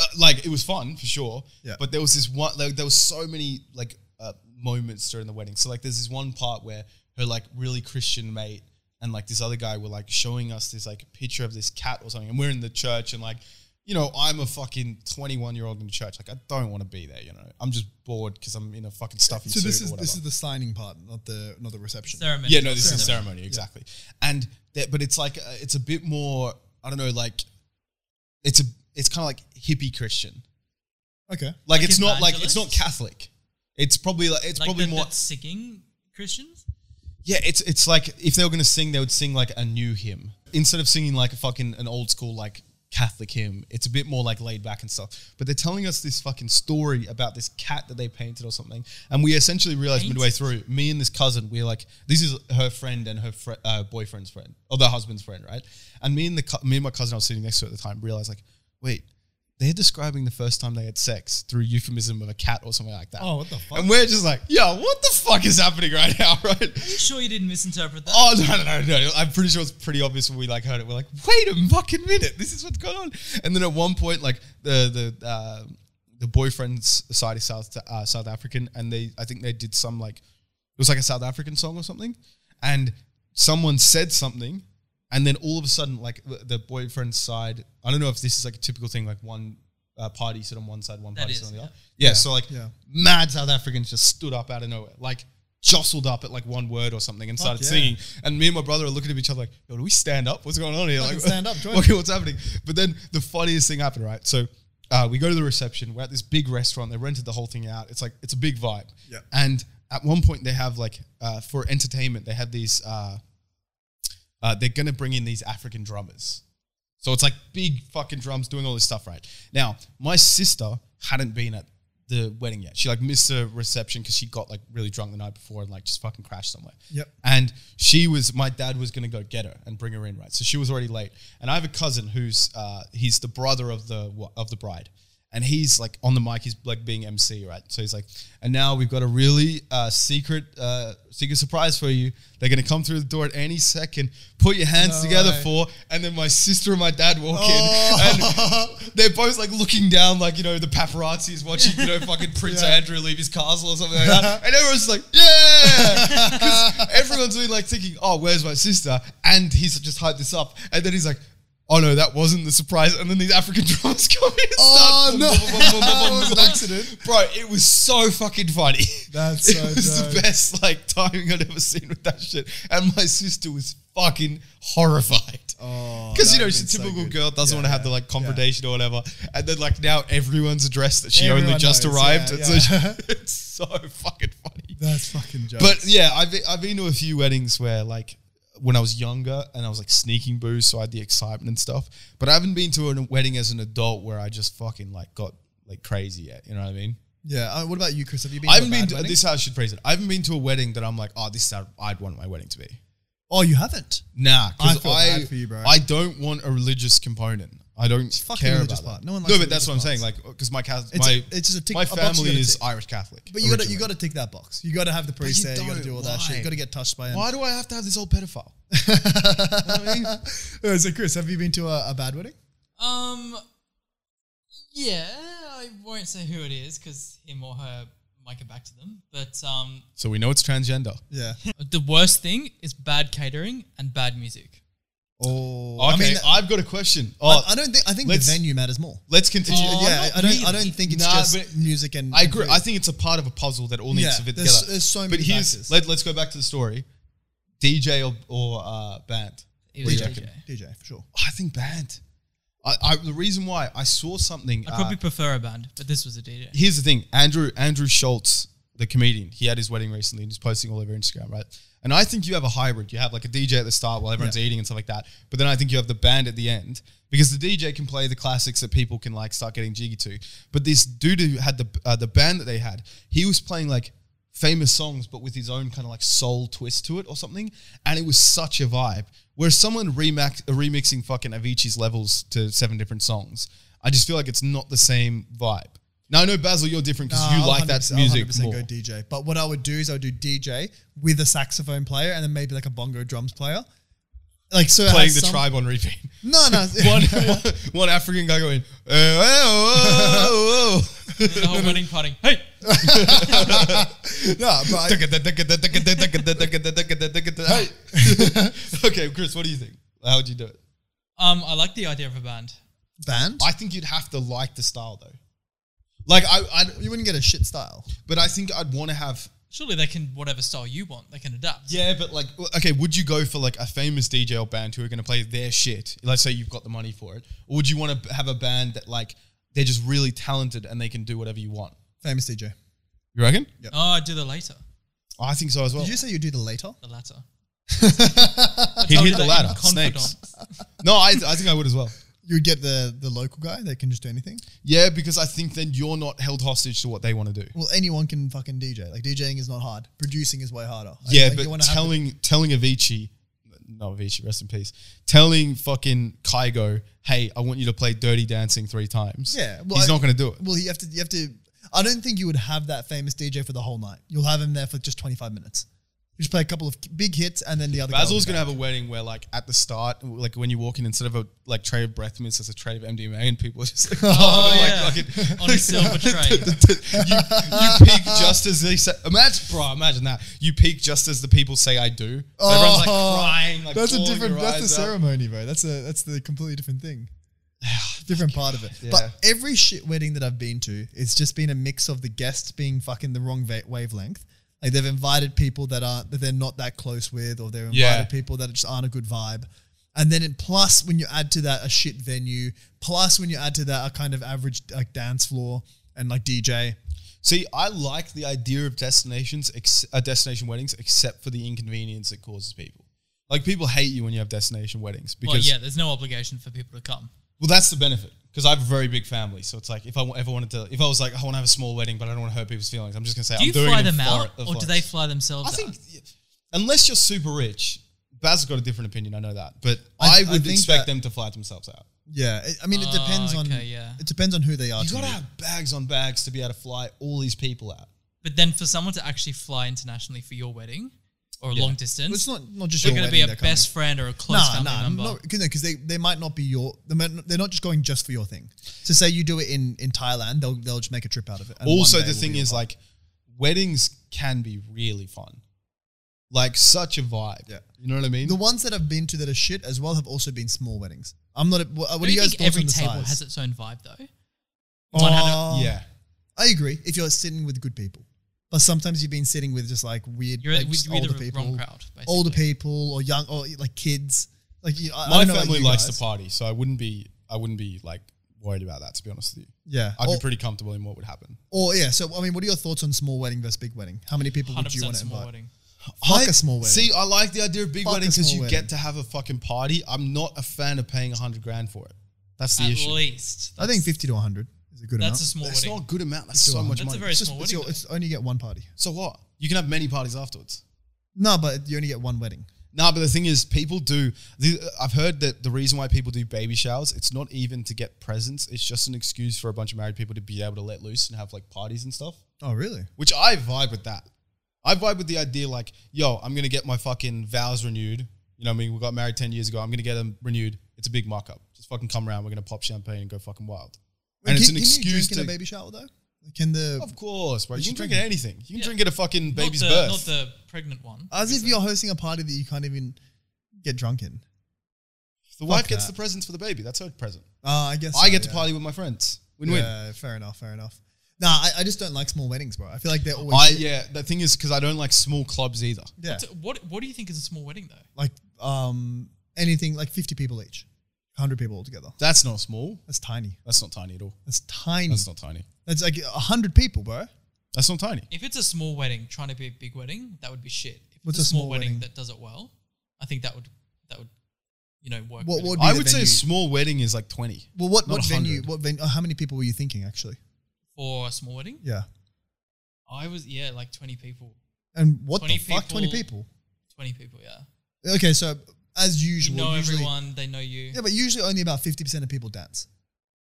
uh, like it was fun for sure.
Yeah.
But there was this one. Like, there was so many like uh, moments during the wedding. So like, there's this one part where her like really Christian mate and like this other guy were like showing us this like picture of this cat or something, and we're in the church and like. You know, I'm a fucking 21 year old in church. Like, I don't want to be there. You know, I'm just bored because I'm in a fucking stuffy
So
suit
this
or
is
whatever.
this is the signing part, not the not the reception.
ceremony.
Yeah, no, this is a ceremony exactly, and that, but it's like uh, it's a bit more. I don't know, like it's a it's kind of like hippie Christian.
Okay,
Like,
Like
it's not like it's not
evangelists?
Catholic. It's probably like it's
Like
probably
the,
more
the singing Christians.
yeah. It's it's like if they were gonna sing, they would sing like a new hymn instead of singing like a fucking an old school like Catholic hymn. It's a bit more like laid back and stuff. But they're telling us this fucking story about this cat that they painted or something, and we essentially realized
Painted?
midway through, me and this cousin, we're like, this is her friend and her fri uh, boyfriend's friend or their husband's friend, right? And me and the cou- me and my cousin I was sitting next to at the time realized like, wait. They're describing the first time they had sex through euphemism of a cat or something like that.
Oh, what the fuck?
And we're just like, yo, what the fuck is happening right now, right?
Are you sure you didn't misinterpret that?
Oh no, no, no, no! I'm pretty sure it's pretty obvious when we like heard it. We're like, wait a fucking minute, this is what's going on. And then at one point, like the the uh, the boyfriend's side is South uh, South African, and they I think they did some like it was like a South African song or something, and someone said something, and then all of a sudden, like the, the boyfriend's side, I don't know if this is like a typical thing, like one uh, party sit on one side, one
That
party
is,
sit on the
yeah.
other. Yeah, so like
yeah.
mad South Africans just stood up out of nowhere, like jostled up at like one word or something and started
yeah.
singing. And me and my brother are looking at each other like, yo, do we stand up? What's going on here? Like,
stand up, join
okay, what's happening? But then the funniest thing happened, right? So uh, we go to the reception, we're at this big restaurant, they rented the whole thing out. It's like, it's a big vibe.
Yeah.
And at one point they have like, uh, for entertainment, they have these, uh, uh, they're going to bring in these African drummers. So it's like big fucking drums doing all this stuff, right? Now, my sister hadn't been at the wedding yet. She like missed the reception because she got like really drunk the night before and like just fucking crashed somewhere.
Yep.
And she was, my dad was gonna go get her and bring her in, right? So she was already late. And I have a cousin who's, uh, he's the brother of the of the bride, and he's like on the mic. He's like being MC, right? So he's like, and now we've got a really uh, secret uh, secret surprise for you. They're gonna come through the door at any second. Put your hands
No
together
way.
for door, and then my sister and my dad walk
Oh.
in, and they're both like looking down, like you know the paparazzi is watching, you know, fucking Prince
Yeah.
Andrew leave his castle or something like that, and everyone's like, yeah, because everyone's really like thinking, oh, where's my sister? And he's just hyped this up, and then he's like. oh no, that wasn't the surprise. And then these African drums come in. and
Oh,
start-
no. That was an accident.
Bro, it was so fucking funny.
That's
it
so
was the
dope.
best like timing I'd ever seen with that shit. And my sister was fucking horrified.
Oh,
Because you
that
know
would've
she's a
been so
typical
good.
girl doesn't
Yeah,
want to have the
yeah,
like
yeah.
confrontation or whatever, and then like now everyone's addressed that she only
Everyone
just
knows,
arrived,
yeah,
and so
yeah.
she- it's so fucking funny.
That's fucking jokes.
But yeah, I've been- I've been to a few weddings where like when I was younger and I was like sneaking booze, so I had the excitement and stuff. But I haven't been to a wedding as an adult where I just fucking like got like crazy yet. You know what I mean?
yeah. Uh, what about you, Chris? Have you been?
I
to
haven't
a bad
been to,
wedding?
this. Is how I should phrase it. I haven't been to a wedding that I'm like, oh, this is how I'd want my wedding to be.
Oh, you haven't.
Nah,
I
because
feel
I,
bad for you, bro.
I don't want a religious component. I don't
fucking
care
religious
about
part.
that.
No one likes
no,
the
but that's what I'm
religious
saying.
parts.
Like, because my Catholic,
It's
my,
a- it's just a tick-
my
a box you
family
gotta
is
tick.
Irish Catholic.
But you got to you
originally.
got to tick that box. You got to have the priest
you
there. You got to
don't.
do all that shit.
Why?
You got to get touched by him.
Why do I have to have this old pedophile?
Uh, so, Chris, have you been to a, a bad wedding?
Um, yeah, I won't say who it is because him or her might get back to them. But um,
so we know it's transgender.
Yeah.
the worst thing is bad catering and bad music.
Oh,
Okay, I
I mean, I,
have got a question. Oh,
I don't think I think the
let's-
venue matters more.
let's continue.
Oh,
yeah,
not
I don't. I
really.
don't think it's
Nah, but
just music and.
I
and
agree.
food.
I think it's a part of a puzzle that all needs
Yeah,
to fit
there's-
together.
there's so
But
many
here's
factors.
let, let's go back to the story. DJ or, or uh, band?
It
What do
was
you
DJ.
reckon?
DJ for sure.
I think band. I, I the reason why I saw something.
I'd
uh,
probably prefer a band, but this was a DJ.
here's the thing andrew andrew schultz the comedian he had his wedding recently and he's posting all over instagram right and i think you have a hybrid you have like a dj at the start while everyone's eating and stuff like that but then i think you have the band at the end because the dj can play the classics that people can like start getting jiggy to but this dude who had the uh, the band that they had he was playing like famous songs but with his own kind of like soul twist to it or something and it was such a vibe where someone remax, remixing fucking avicii's levels to seven different songs i just feel like it's not the same vibe now I know Basil, you're different because
Nah,
you
I'll
like that
100%
music
I'll 100%
more.
go DJ. But what I would do is I would do DJ with a saxophone player and then maybe like a bongo drums player. Like so it
Playing
has
the
some-
tribe on repeat.
No, no.
one, one, one African guy going, "Eh, eh, oh, oh,
The whole wedding party. Hey,
no, but I,
oh." okay, Chris, what do you think? How would you do it?
um, I like the idea of a band.
band.
I think you'd have to like the style though. Like I, I
you wouldn't get a shit style.
but I think I'd want to have.
Surely they can whatever style you want, they can adapt.
Yeah, but like, w- okay, would you go for like a famous DJ or band who are going to play their shit? Let's say you've got the money for it, or would you want to have a band that like they're just really talented and they can do whatever you want?
Famous DJ.
You reckon?
Oh, I do the later,
I think so as well.
Did you say you do the later?
the latter.
He
Tell me
hit the
that
ladder.
in
Snakes.
confidence.
No, I, I think I would as well.
You would get the the local guy that can just do anything.
Yeah, because I think then you're not held hostage to what they want to do.
Well, anyone can fucking DJ. Like DJing is not hard. Producing is way harder. Like,
yeah,
like, you
but
wanna have the-
telling telling Avicii, no Avicii, rest in peace. Telling fucking Kygo, hey, I want you to play Dirty Dancing three times.
Yeah, well,
he's
I-
not going to do it.
Well, you have to. You have to. I don't think you would have that famous DJ for the whole night. You'll have him there for just twenty five minutes. You just play a couple of big hits and then the other. guy will
Basil's
be
gonna have a wedding where, like, at the start, like when you walk in, instead of a like tray of breath mints, there's a tray of MDMA, and people are just like,
Oh,
like,
yeah.
fucking-
On a silver tray.
you, you peak just as they say. Imagine, bro, imagine that. You peak just as the people say, "I do." So everyone's like
Oh,
crying. Like,
that's a
bawling
different.
their
That's a
eyes out.
ceremony, bro. That's a that's the completely different thing. different part of it.
Yeah.
But every shit wedding that I've been to, it's just been a mix of the guests being fucking the wrong va- wavelength. Like they've invited people that aren't that they're not that close with, or they're invited
Yeah.
people that just aren't a good vibe. And then it, plus when you add to that a shit venue, plus when you add to that a kind of average like dance floor and like DJ.
See, I like the idea of destinations, ex- uh, destination weddings, except for the inconvenience it causes people. Like, people hate you when you have destination weddings because
Well, yeah, there's no obligation for people to come.
Well, that's the benefit because I have a very big family. So it's like if I w- ever wanted to, if I was like, I want to have a small wedding, but I don't want to hurt people's feelings, I'm just gonna say,
Do
I'm
you
doing
fly
it in
them out,
Flor-
or do
Florence.
they fly themselves
I
out?
think unless you're super rich, Basil's got a different opinion. I know that, but I,
I- I
would
think
expect
that-
them to fly themselves out.
Yeah, it, I mean it
Oh,
depends on
okay, yeah.
it depends on who they are.
You
to
gotta
me.
have bags on bags to be able to fly all these people out.
But then for someone to actually fly internationally for your wedding or a long distance,
It's not not just
they're
your
going to be
wedding
a
they're coming.
best friend or a close
Nah,
family
nah,
member.
because they, they might not be your. they might not- They're not just going just for your thing. So say you do it in in Thailand, they'll they'll just make a trip out of it. and one
also
day
the
will
thing
be your
is
part.
like weddings can be really fun Like such a vibe.
Yeah.
You know what I mean?
The ones that I've been to that are shit as well have also been small weddings. I'm not. A, what what
Don't
do you
you
guys
think
thoughts
every
on the
table
size?
has its own vibe though?
Oh,
yeah.
I agree. If you're sitting with good people, but sometimes you've been sitting with just like weird,
You're,
like,
we-
just
we're
older
the
people,
wrong crowd. Basically.
older people, or young, or like kids. Like you, I, I
My
don't know about
family
you
likes
guys.
to party, so I wouldn't be I wouldn't be like worried about that to be honest with you.
Yeah,
I'd
or,
be pretty comfortable in what would happen.
or yeah. So I mean, what are your thoughts on small wedding versus big wedding? How many people would you
100%
want to
small
invite?
wedding.
Fuck
I-
a small wedding.
See, I like the idea of big
Fuck a
wedding because
small
you
wedding.
get to have a fucking party. I'm not a fan of paying hundred grand for it. That's the
At
issue.
least.
I think fifty to hundred is a good amount.
That's a small
That's
wedding.
not a good amount. That's so much
That's
money.
a very
it's just
small
it's,
wedding.
your, it's only you get one party.
so what? You can have many parties afterwards.
No, but you only get one wedding.
Nah, but the thing is, people do. The, I've heard that the reason why people do baby showers, it's not even to get presents. It's just an excuse for a bunch of married people to be able to let loose and have like parties and stuff.
Oh, really?
Which I vibe with that. I vibe with the idea like, yo, I'm gonna get my fucking vows renewed. You know, what I mean, we got married ten years ago. I'm gonna get them renewed. It's a big markup. Just fucking come around. We're gonna pop champagne and go fucking wild. And it's an excuse
you drink in
to.
a baby shower though. Can the
of course, bro. You,
should
can drink at
drink
anything. You can
Yeah.
drink at a fucking
Not
baby's
the-
birth.
Not the pregnant one.
as if you're hosting a party that you can't even get drunk in?
the wife gets
that.
the presents for the baby. That's her present.
Uh, I guess
I
so,
get to
yeah.
party with my friends. Win-win.
Yeah, fair enough. Fair enough. Nah, I, I just don't like small weddings, bro. I feel like they're always
I yeah. The thing is, because I don't like small clubs either.
yeah,
So What What do you think is a small wedding though?
like um anything like fifty people each, hundred people altogether.
That's not small.
That's tiny.
That's not tiny at all.
That's tiny.
That's
That's,
not tiny.
like hundred people, bro.
That's not tiny.
If it's a small wedding, trying to be a big wedding, that would be shit. If it's
What's
a small, wedding, that does it well, I think that would that would you know work.
What-
really
what
well.
be
I
the
would say a
venue.
small wedding is like twenty.
Well, what
Not
what venue?
100.
What venue? how many people were you thinking actually?
for a small wedding?
Yeah,
I was yeah, like twenty people,
and what
20
the fuck? Twenty people.
people. twenty people. Yeah,
Okay, so as
you
usual,
know
usually,
everyone, they know you.
Yeah, but usually only about 50% of people dance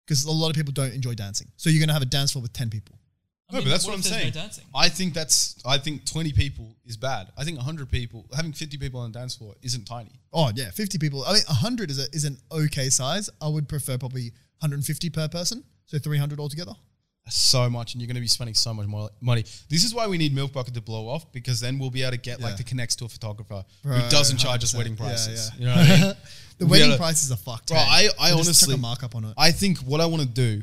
because a lot of people don't enjoy dancing. So you're going to have a dance floor with 10 people.
I
No,
mean,
but that's
what
what, I'm
if there's
saying.
No dancing.
I think that's. I think 20 people is bad. I think 100 people, having 50 people on the dance floor, isn't tiny.
Oh, yeah, 50 people. I mean, 100 is, a, is an okay size. I would prefer probably 150 per person. So 300 altogether.
That's so much, and you're going to be spending so much more money. This is why we need Milk Bucket to blow off because then we'll be able to get
Yeah.
like the connects to a photographer
Bro,
who doesn't charge us
100%.
wedding
Yeah,
prices.
yeah.
You know what I mean?
The
We
wedding
gotta-
prices are fucked.
Bro,
hey.
I- I
They just chuck
honestly-
a markup on it.
I think what I want to do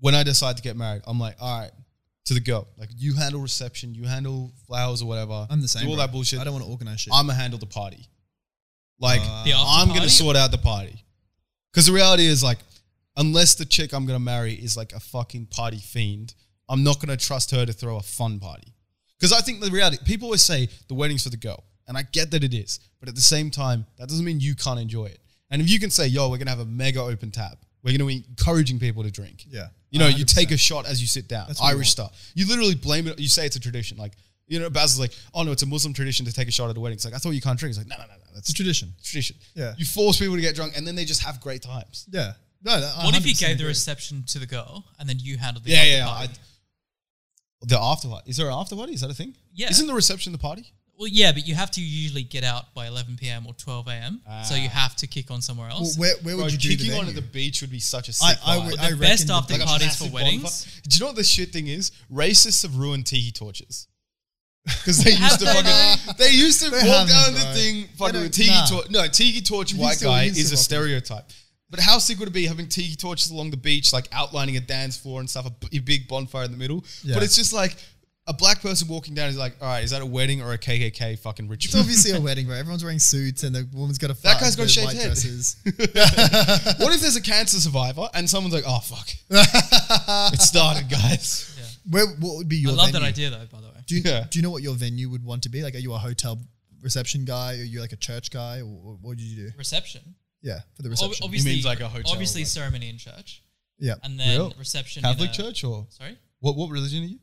when I decide to get married, I'm like, all right, to the girl, like you handle reception, you handle flowers or whatever.
I'm the same.
Do all
bro.
that bullshit.
I don't want to organize shit. Uh,
I'm gonna handle the party. Like
The after
I'm gonna
party?
sort out the party. Cause the reality is like, unless the chick I'm gonna marry is like a fucking party fiend, I'm not gonna trust her to throw a fun party. Cause I think the reality, people always say the wedding's for the girl. And I get that it is, but at the same time, that doesn't mean you can't enjoy it. And if you can say, yo, we're gonna have a mega open tab, we're gonna be encouraging people to drink.
yeah. Uh,
You know, you
100%.
take a shot as you sit down.
That's what
Irish
we
style. You literally blame it. You say it's a tradition. Like, you know, Baz is like, oh no, it's a Muslim tradition to take a shot at a wedding. It's like, I thought you can't drink. It's like, no, no, no, no.
It's
That's
a tradition.
tradition.
Yeah.
You force people to get drunk and then they just have great times.
Yeah. No, no, I
What if you
100%
gave the
agree.
reception to the girl and then you handled the
Yeah,
after
yeah.
party?
I- the after party. Is there an after party? Is that a thing?
Yeah.
Isn't the reception the party?
Well, yeah, but you have to usually get out by 11 p.m. or 12 a.m. so you
Ah.
have to kick on somewhere
Well,
else.
where, where would
Bro,
you do
kicking
the
on at
venue?
the beach would be such a
I-
sick
I
vibe.
would-
the
I reckon
best
the-
after
like
a
parties
massive
for weddings.
bonfire. Do you know what the shit thing is? Racists have ruined tiki torches. Because they used to
Have they
fucking, they used to
They
walk
haven't,
down
bro.
the thing fucking
They
with
don't-
tiki
nah.
torch. No, tiki torch
You
white
still
guy
use
is
the
a
fucking-
stereotype. But how sick would it be having tiki torches along the beach, like outlining a dance floor and stuff, a b- a big bonfire in the middle?
Yeah.
But it's just like a black person walking down is like, all right, is that a wedding or a KKK fucking
It's
ritual?
obviously a wedding, bro. Everyone's wearing suits and the woman's got a
That
flat
guy's got
with
shaved
white
head.
dresses.
what if there's a cancer survivor and someone's like, oh fuck, it started, guys.
Where, what would be
I
your
love that
venue?
idea, though, by the way.
Do you,
Yeah.
do you know what your venue would want to be? Like, are you a hotel reception guy? Or are you like a church guy? Or, or what did you do?
Reception.
Yeah, for the
Ob-
reception.
Obviously,
means like a hotel,
Obviously,
like-
ceremony in church.
yeah.
And then
Real?
reception. in
Catholic
a-
church or
Sorry?
what? What religion are you?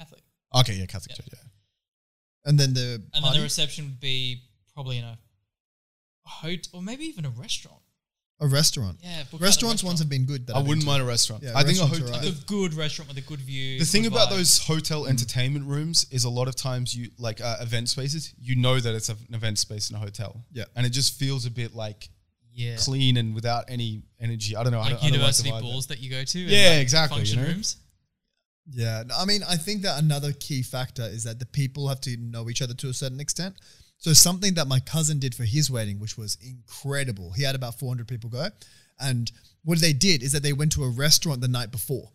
Catholic.
Okay, yeah, Catholic Church. Yeah.
And then the
And then
party?
the reception would be probably in a hotel or maybe even a restaurant.
a restaurant.
Yeah, book out a
Restaurants ones have
restaurant.
been good. That
I
I've been
wouldn't
to.
mind a restaurant.
Yeah,
I think a
restaurants
hotel.
are right.
a good restaurant with a good view.
The thing
good
about
vibe.
those hotel
Mm.
entertainment rooms is a lot of times you like uh, event spaces. You know that it's an event space in a hotel.
Yeah.
and it just feels a bit like
yeah,
clean and without any energy. I don't know. I
like
don't, I don't
university
like the vibe
balls that you go to. and,
Yeah,
like,
exactly, you
Function
know?
rooms.
Yeah, no, I mean, I think that another key factor is that the people have to know each other to a certain extent. So something that my cousin did for his wedding, which was incredible. He had about 400 people go. And what they did is that they went to a restaurant the night before.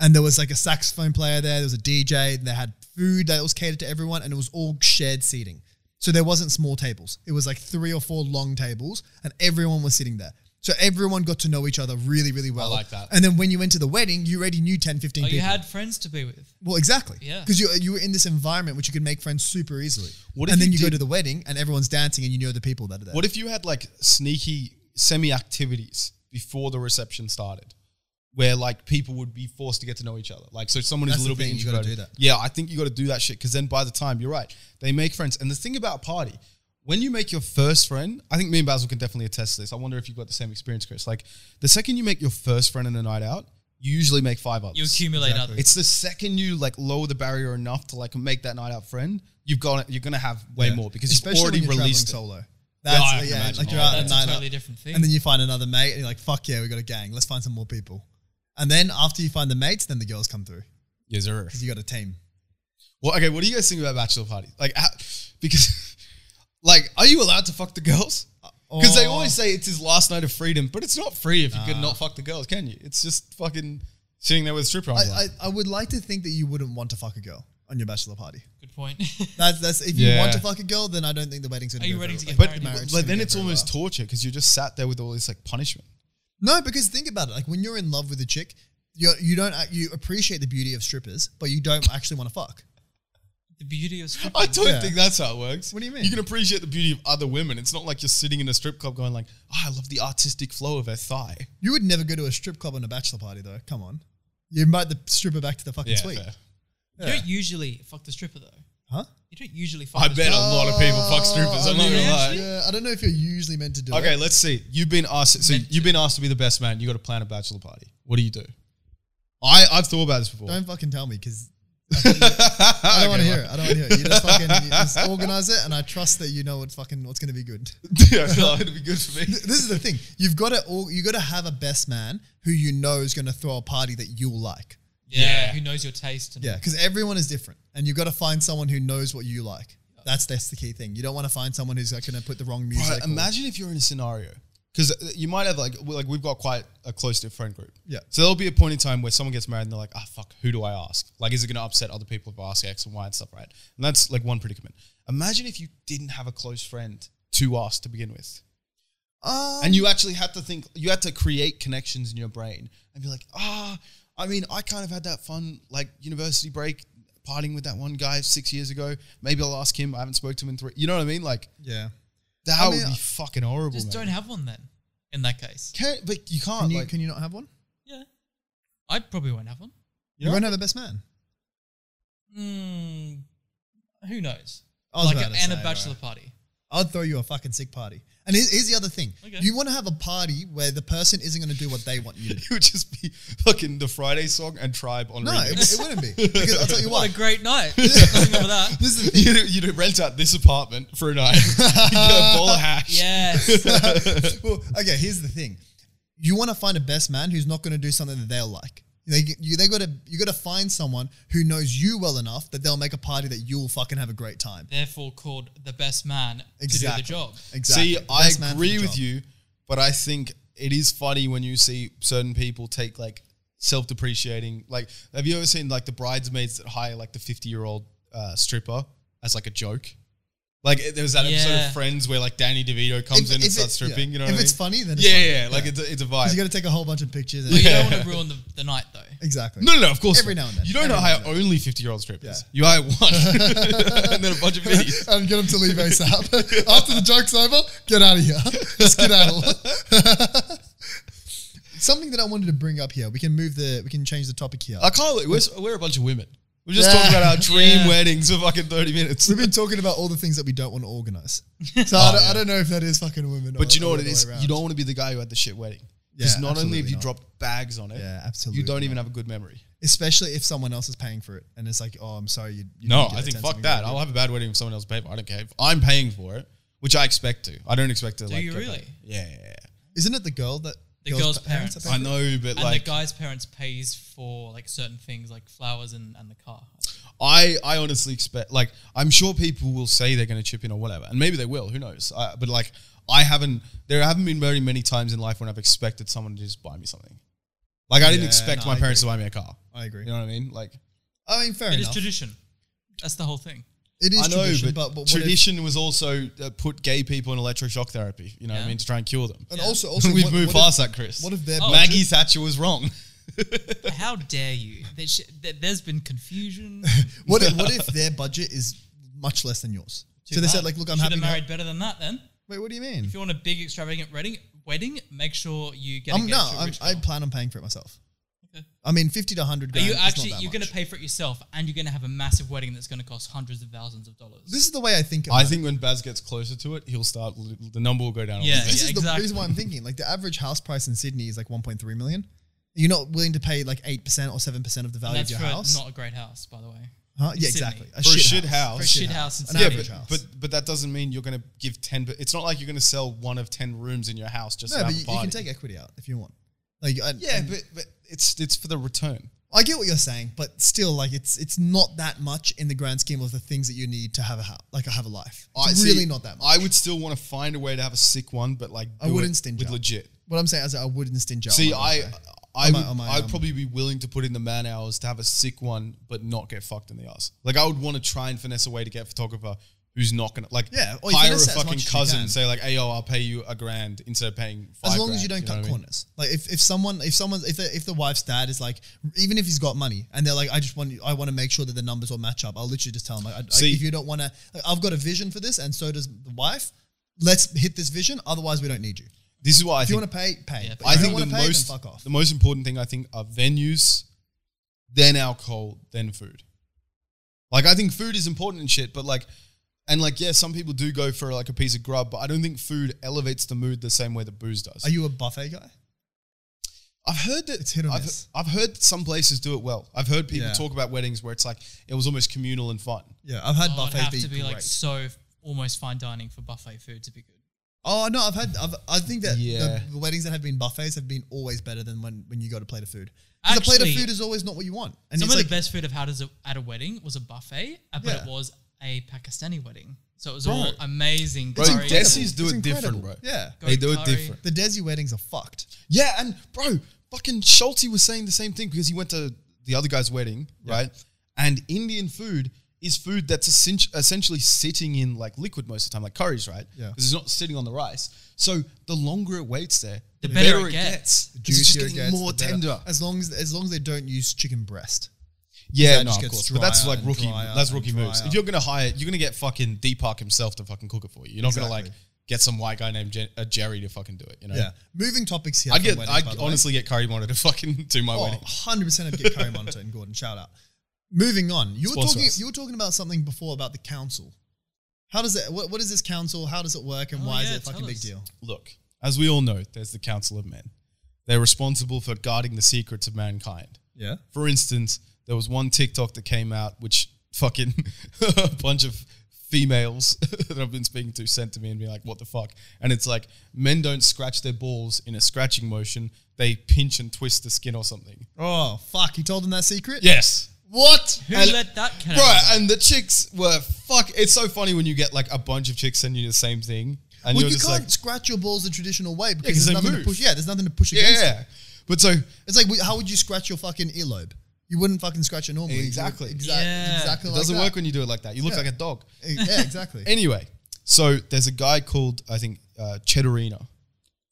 And there was like a saxophone player there, there was a DJ, and they had food that was catered to everyone, and it was all shared seating. So there wasn't small tables. It was like three or four long tables, and everyone was sitting there. So everyone got to know each other really, really well.
like that.
And then when you went to the wedding, you already knew 10, 15
Oh,
people.
you had friends to be with.
Well, exactly.
Yeah.
Because you you were in this environment which you could make friends super easily.
What if
and then
you
you go
did-
to the wedding and everyone's dancing and you know the people that are there.
What if you had like sneaky semi activities before the reception started, where like people would be forced to get to know each other? Like, so someone
That's
who's a
the
little bit
thing, you gotta
introverted.
do that.
Yeah, I think you got to do that shit because then by the time you're right, they make friends. And the thing about a party, when you make your first friend, I think me and Basil can definitely attest to this. I wonder if you've got the same experience, Chris. Like, the second you make your first friend in a night out, you usually make five others.
You accumulate
Exactly.
others.
It's the second you like lower the barrier enough to like make that night out friend, you've got you're gonna have way
Yeah.
more because
Especially
you've already
when you're
released it.
traveling solo. That's
I
yeah,
can imagine.
like you're
Oh,
out
that's
at
a
night
totally
out,
different thing.
And then you find another mate and you're like, fuck yeah, we got a gang. Let's find some more people. And then after you find the mates, then the girls come through
Yes, sir.
because you got a team.
Well, okay, what do you guys think about bachelor parties? Like, how, because, like, are you allowed to fuck the girls? Because they
Oh.
always say it's his last night of freedom, but it's not free if you could not fuck the girls, can you? It's just fucking sitting there with a stripper on.
I,
your lap.
I, I would like to think that you wouldn't want to fuck a girl on your bachelor party.
Good point.
That's that's if you
Yeah.
want to fuck a girl, then I don't think the wedding's gonna
Are you
go
ready
very
to
well.
get
but
married?
marriage
like,
didn't
then
go
it's
very
almost
well.
torture because you just sat there with all this like punishment.
No, because think about it. Like when you're in love with a chick, you you don't act- you appreciate the beauty of strippers, but you don't actually want to fuck.
the beauty of stripping.
I don't
Yeah.
think that's how it works.
What do you mean?
You can appreciate the beauty of other women. It's not like you're sitting in a strip club going like, oh, I love the artistic flow of her thigh.
You would never go to a strip club on a bachelor party, though. Come on, you invite the stripper back to the fucking suite,
fair.
You don't usually fuck the stripper though.
huh?
You don't usually fuck.
I
the
bet a
stripper.
lot of people fuck strippers. I'm not
mean,
gonna lie.
Yeah, I don't know if you're usually meant to do
Ah, Okay,
it.
let's see. You've been asked. So you've been asked to be the best man. You got to plan a bachelor party. What do you do? I I've thought about this before.
Don't fucking tell me because
I
I don't want to hear it. I don't want to hear it. You just fucking you just organize it, and I trust that you know what fucking what's gonna be good.
yeah, no, it'd be good for me.
Th- This is the thing. You've got to all you got to have a best man who you know is gonna throw a party that you'll like.
Yeah,
Yeah.
who knows your taste? And
Yeah, because everyone is different, and you've got to find someone who knows what you like. That's that's the key thing. You don't want to find someone who's like, going to put the wrong music.
Right,
or-
imagine if you're in a scenario because you might have like we- like we've got quite a close knit friend group.
Yeah.
So there'll be a point in time where someone gets married and they're like, ah, fuck, who do I ask? Like, is it going to upset other people if I ask X and Y and stuff, right? And that's like one predicament. Imagine if you didn't have a close friend to ask to begin with.
Um,
and you actually had to think you had to create connections in your brain and be like ah i mean i kind of had that fun like university break partying with that one guy six years ago maybe i'll ask him i haven't spoke to him in three you know what i mean like
yeah.
that
I
would
mean, uh,
be fucking horrible
just
man.
don't have one then. In that case,
Can- but you can't
Can you,
like,
can you not have one?
yeah, I probably won't have one.
you
You
know?
won't have a best man.
Mm, who knows?
I was
like
about
an,
to
and a
say,
bachelor
alright.
party.
I'll throw you a fucking sick party. And here's, here's the other thing.
Okay.
You want to have a party where the person isn't going to do what they want you to do.
it would just be fucking the friday song and tribe on
No, it,
remix.
it wouldn't be. Because I'll tell you
What
what.
a great night! Nothing wrong with that.
this is you, you'd rent out this apartment for a night you get a bowl of hash
Yes,
well, okay, here's the thing. You want to find a best man who's not going to do something that they'll like. They, you, they got to, you got to find someone who knows you well enough that they'll make a party that you'll fucking have a great time.
therefore called the best man
Exactly.
to do the job.
Exactly.
See, I
Best man for the
agree with
job.
you, but I think it is funny when you see certain people take like self depreciating. Like, have you ever seen like the bridesmaids that hire like the 50 year old uh, stripper as like a joke? Like, it- there was that episode
Yeah.
of Friends where like Danny DeVito comes in and
it-
starts stripping.
yeah.
You know,
if
what I
it's
mean?
funny, then it's
yeah,
funny.
yeah, like it's a, it's a vibe.
You got to take a whole bunch of pictures. And
But you don't
Yeah.
want to ruin the, the night though.
Exactly.
no, no, no, of course.
Every
not.
now and then.
You don't
Every now
hire
and
only 50 year old strippers.
Yeah.
You hire one and then a bunch of videos.
and get them to leave ASAP. After the joke's over, get out of here. Skedaddle. Something that I wanted to bring up here. We can move the. We can change the topic here.
I can't wait. We're, s- we're a bunch of women. We're just
Yeah.
talking about our dream
Yeah.
weddings for fucking 30 minutes.
We've been talking about all the things that we don't want to organize. So I, don't, I don't know if that is fucking women.
Oh, But
or-
you know
or
what it
the
is?
way around.
You don't want to be the guy who had the shit wedding. Because
Yeah,
not only have
absolutely
you
not.
dropped bags on it,
Yeah, absolutely.
you don't even
not.
have a good memory.
especially if someone else is paying for it, and it's like, oh, I'm sorry. You, you
No,
didn't get
I
it,
think
send
fuck
something
that.
back."
I'll have a bad wedding if someone else pays. for it. I don't care. If I'm paying for it, which I expect to. I don't expect to. Do like,
you
get
really?
paid. Yeah, yeah, yeah.
Isn't it the girl that
The girl's
pa-
parents.
are
I
paying for it?
know, but
And
like,
the guy's parents pays for like certain things like flowers and, and the car.
I, I honestly expect, like, I'm sure people will say they're going to chip in or whatever, and maybe they will. Who knows? I, but like, I haven't. There haven't been very many times in life when I've expected someone to just buy me something. Like, I didn't
Yeah,
expect
no,
my
I
parents to buy me a car.
I agree.
You know what I mean? Like,
I mean, fair
It is
enough.
tradition. That's the whole thing.
it is
I know,
tradition,
but,
but, but what if-
tradition was also uh, put gay people in electroshock therapy. You know what I
Yeah.
mean to try and cure them.
and also, also
We've
what-
moved
what if-
past that, Chris.
what if their
Oh.
Maggie Thatcher was wrong?
How dare you? There sh- there- There's been confusion.
What if, what if their budget is much less than yours? so they said, like, look, I'm
Should
happy.
have
to-
married better than that then.
Wait, what do you mean?
If you want a big extravagant wedding, wedding, make sure you get
I'm
engaged
no,
to a
I'm,
rich
I
girl.
plan on paying for it myself.
Okay.
I mean, fifty to hundred.
Are
Grand,
you
is not
actually
that
you're going
much.
to pay for it yourself, and you're going to have a massive wedding that's going to cost hundreds of thousands of dollars.
This is the way I think. About
I
it.
think when Baz gets closer to it, he'll start. The number will go down. a
Yeah.
little bit.
this is the
exactly.
reason why I'm thinking. Like the average house price in Sydney is like 1.3 million. You're not willing to pay like eight percent or seven percent of the
And
value of
that's
your
for
house.
not a great house, by the way.
huh? Yeah,
Sydney.
exactly.
For a Oh, shit house.
For a shit house in
An
Sydney.
Yeah,
average
but,
house.
but but that doesn't mean you're going to give ten. But it's not like you're going to sell one of ten rooms in your house just.
No,
to
but
have
you,
a
you
party.
can take equity out if you want. Like, I,
Yeah, but but it's it's for the return.
I get what you're saying, but still, like, it's it's not that much in the grand scheme of the things that you need to have a house, like, have a life.
I
It's
see,
really not that much.
I would still want to find a way to have a sick one, but like
I
do
wouldn't
it
stinge
with
out.
legit.
what I'm saying is, I wouldn't stinge out.
See,
on my
I
birthday.
I
I'm a-
would,
I'm a-
I'd
um,
probably be willing to put in the man hours to have a sick one, but not get fucked in the ass. Like I would want to try and finesse a way to get a photographer who's not gonna like
Yeah, or you
hire a
finesse it as much
fucking
as you
cousin
can.
and say like, "Hey, yo, I'll pay you a grand instead of paying." Five
as long as
grand,"
you don't
know what I
cut
mean?
corners. Like if, if someone if someone if the, if the wife's dad is like even if he's got money and they're like I just want I want to make sure that the numbers all match up. I'll literally just tell him like, I,
See-
like if you don't want to like, I've got a vision for this and so does the wife. Let's hit this vision. Otherwise, we don't need you. If
This is why I
you
think
want to pay, pay.
Yeah,
But
I
if you
think
don't
the
wanna pay, then
most
fuck off.
the most important thing I think are venues, then alcohol, then food. Like I think food is important and shit, but like and like yeah, some people do go for like a piece of grub, but I don't think food elevates the mood the same way that booze does.
Are you a buffet guy?
I've heard that
It's hit or
I've,
miss.
I've heard some places do it well. I've heard people
Yeah.
talk about weddings where it's like it was almost communal and fun.
Yeah, I've had
Oh, it'd
buffets
have
be,
to be
great.
like so f- almost fine dining for buffet food to be good.
oh no, I've had. I've, I think that the-
Yeah.
the, weddings that have been buffets have been always better than when when you go to plate a food. 'Cause the plate of
Actually-
food is always not what you want. And
Some
it's
of
like,
the best food I've had is a, at a wedding was a buffet, uh, but
Yeah.
it was a Pakistani wedding. So it was
Bro.
all amazing.
Bro,
curry.
Desi's do
It's
it different, bro.
incredible. Yeah.
they do it
Goat curry.
different.
the Desi weddings are fucked.
Yeah, and bro, fucking Schulte was saying the same thing because he went to the other guy's wedding, right? And Indian food is food that's essen- essentially sitting in like liquid most of the time, like curries, right?
Yeah.
Because it's not sitting on the rice. So the longer it waits there, the,
better it gets.
The juicier it gets, more
the better.
tender.
As long as as long as they don't use chicken breast.
Yeah,
that
no,
just
of
gets
course. But that's
drier
like
and
rookie.
drier
That's
and
rookie moves.
drier.
If you're gonna hire, you're gonna get fucking Deepak himself to fucking cook it for you. You're not gonna like
Exactly.
get some white guy named Jen, uh, Jerry to fucking do it. You know.
Yeah. Moving topics here.
I
from
get.
weddings,
I
by the way.
honestly get Curry Monitor to fucking do my
oh,
wedding.
100% I'd get Curry Monitor and Gordon. Shout out. Moving on. You were
Sponsor
talking
us.
you were talking about something before about the council. How does it what, what is this council? How does it work and
Oh,
why is
yeah,
it a fucking
tell
big
us.
deal?
Look, as we all know, there's the Council of Men. They're responsible for guarding the secrets of mankind.
Yeah.
For instance, there was one TikTok that came out which fucking a bunch of females that I've been speaking to sent to me and be like, what the fuck? And it's like, men don't scratch their balls in a scratching motion, they pinch and twist the skin or something.
Oh fuck, he told them that secret?
Yes.
What?
Who
And-
let that cat
Bro, and the chicks were fuck. It's so funny when you get like a bunch of chicks sending you the same thing. And
well,
you're
you
just
can't
like,
scratch your balls the traditional way because
'cause
there's
they
nothing
move.
to push. Yeah, there's nothing to push
yeah,
against. it.
yeah. But so
It's like, how would you scratch your fucking earlobe? You wouldn't fucking scratch it normally.
Exactly.
Exactly.
Yeah.
Exactly.
It
like
doesn't
that.
work when you do it like that. You look
Yeah.
like a dog.
Yeah, exactly.
Anyway, so there's a guy called, I think, uh, Cheddarino.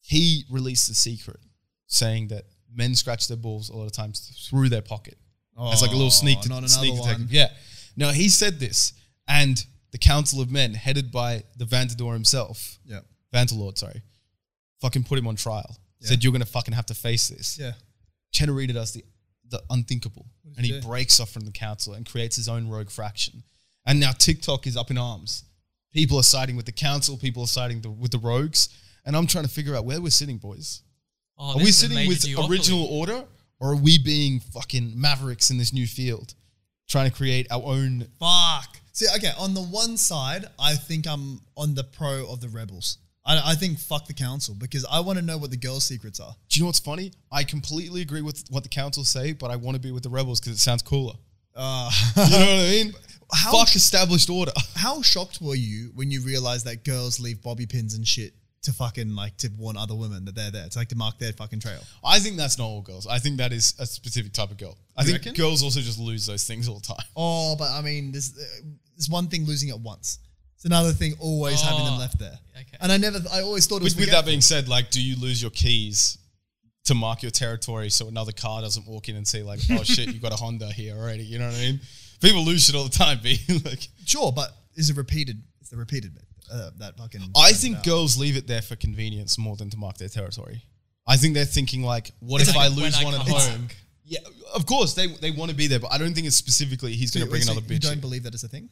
He released a secret saying that men scratch their balls a lot of times through their pocket. It's like a little sneak,
Oh, not another
sneak attack.
one.
Yeah. Now, he said this, and the Council of Men, headed by the Vantador himself,
yeah.
Vantalord, sorry, fucking put him on trial. Said, you're going to fucking have to face this.
Yeah.
Cheddarina does the, the unthinkable and
he
he
do?
breaks off from the council and creates his own rogue fraction. And now TikTok is up in arms. People are siding with the council, people are siding the, with the rogues. And I'm trying to figure out where we're sitting, boys.
Oh,
are we
this is a
sitting
major
with
duopoly.
original order or are we being fucking mavericks in this new field? Trying to create our own.
Fuck. See, okay, on the one side, I think I'm on the pro of the rebels. I, I think fuck the council because I want to know what the girls' secrets are.
Do you know what's funny? I completely agree with what the council say, but I want to be with the rebels because it sounds cooler.
Uh,
You know what I mean?
How-
Fuck established order.
how shocked were you when you realized that girls leave bobby pins and shit to fucking like to warn other women that they're there to like to mark their fucking trail?
I think that's not all girls. I think that is a specific type of girl. I think
reckon?
girls also just lose those things all the time.
Oh, but I mean, there's uh, there's one thing losing it once. It's another thing always having them
Oh,
left there.
okay.
And I never, I always thought it was
With, with
forget-
that being said, like, do you lose your keys to mark your territory so another car doesn't walk in and see, like, oh shit, you got a Honda here already? You know what I mean? People lose shit all the time, B. like,
sure, but is it repeated? It's the repeated bit uh, that fucking.
I think girls leave it there for convenience more than to mark their territory. I think they're thinking like, what if
like
I
when
lose
I
one at
come
home?
back.
Yeah, of course they they want to be there, but I don't think it's specifically he's
So
going to bring
so
another
You
bitch.
don't
in.
believe that it's a thing?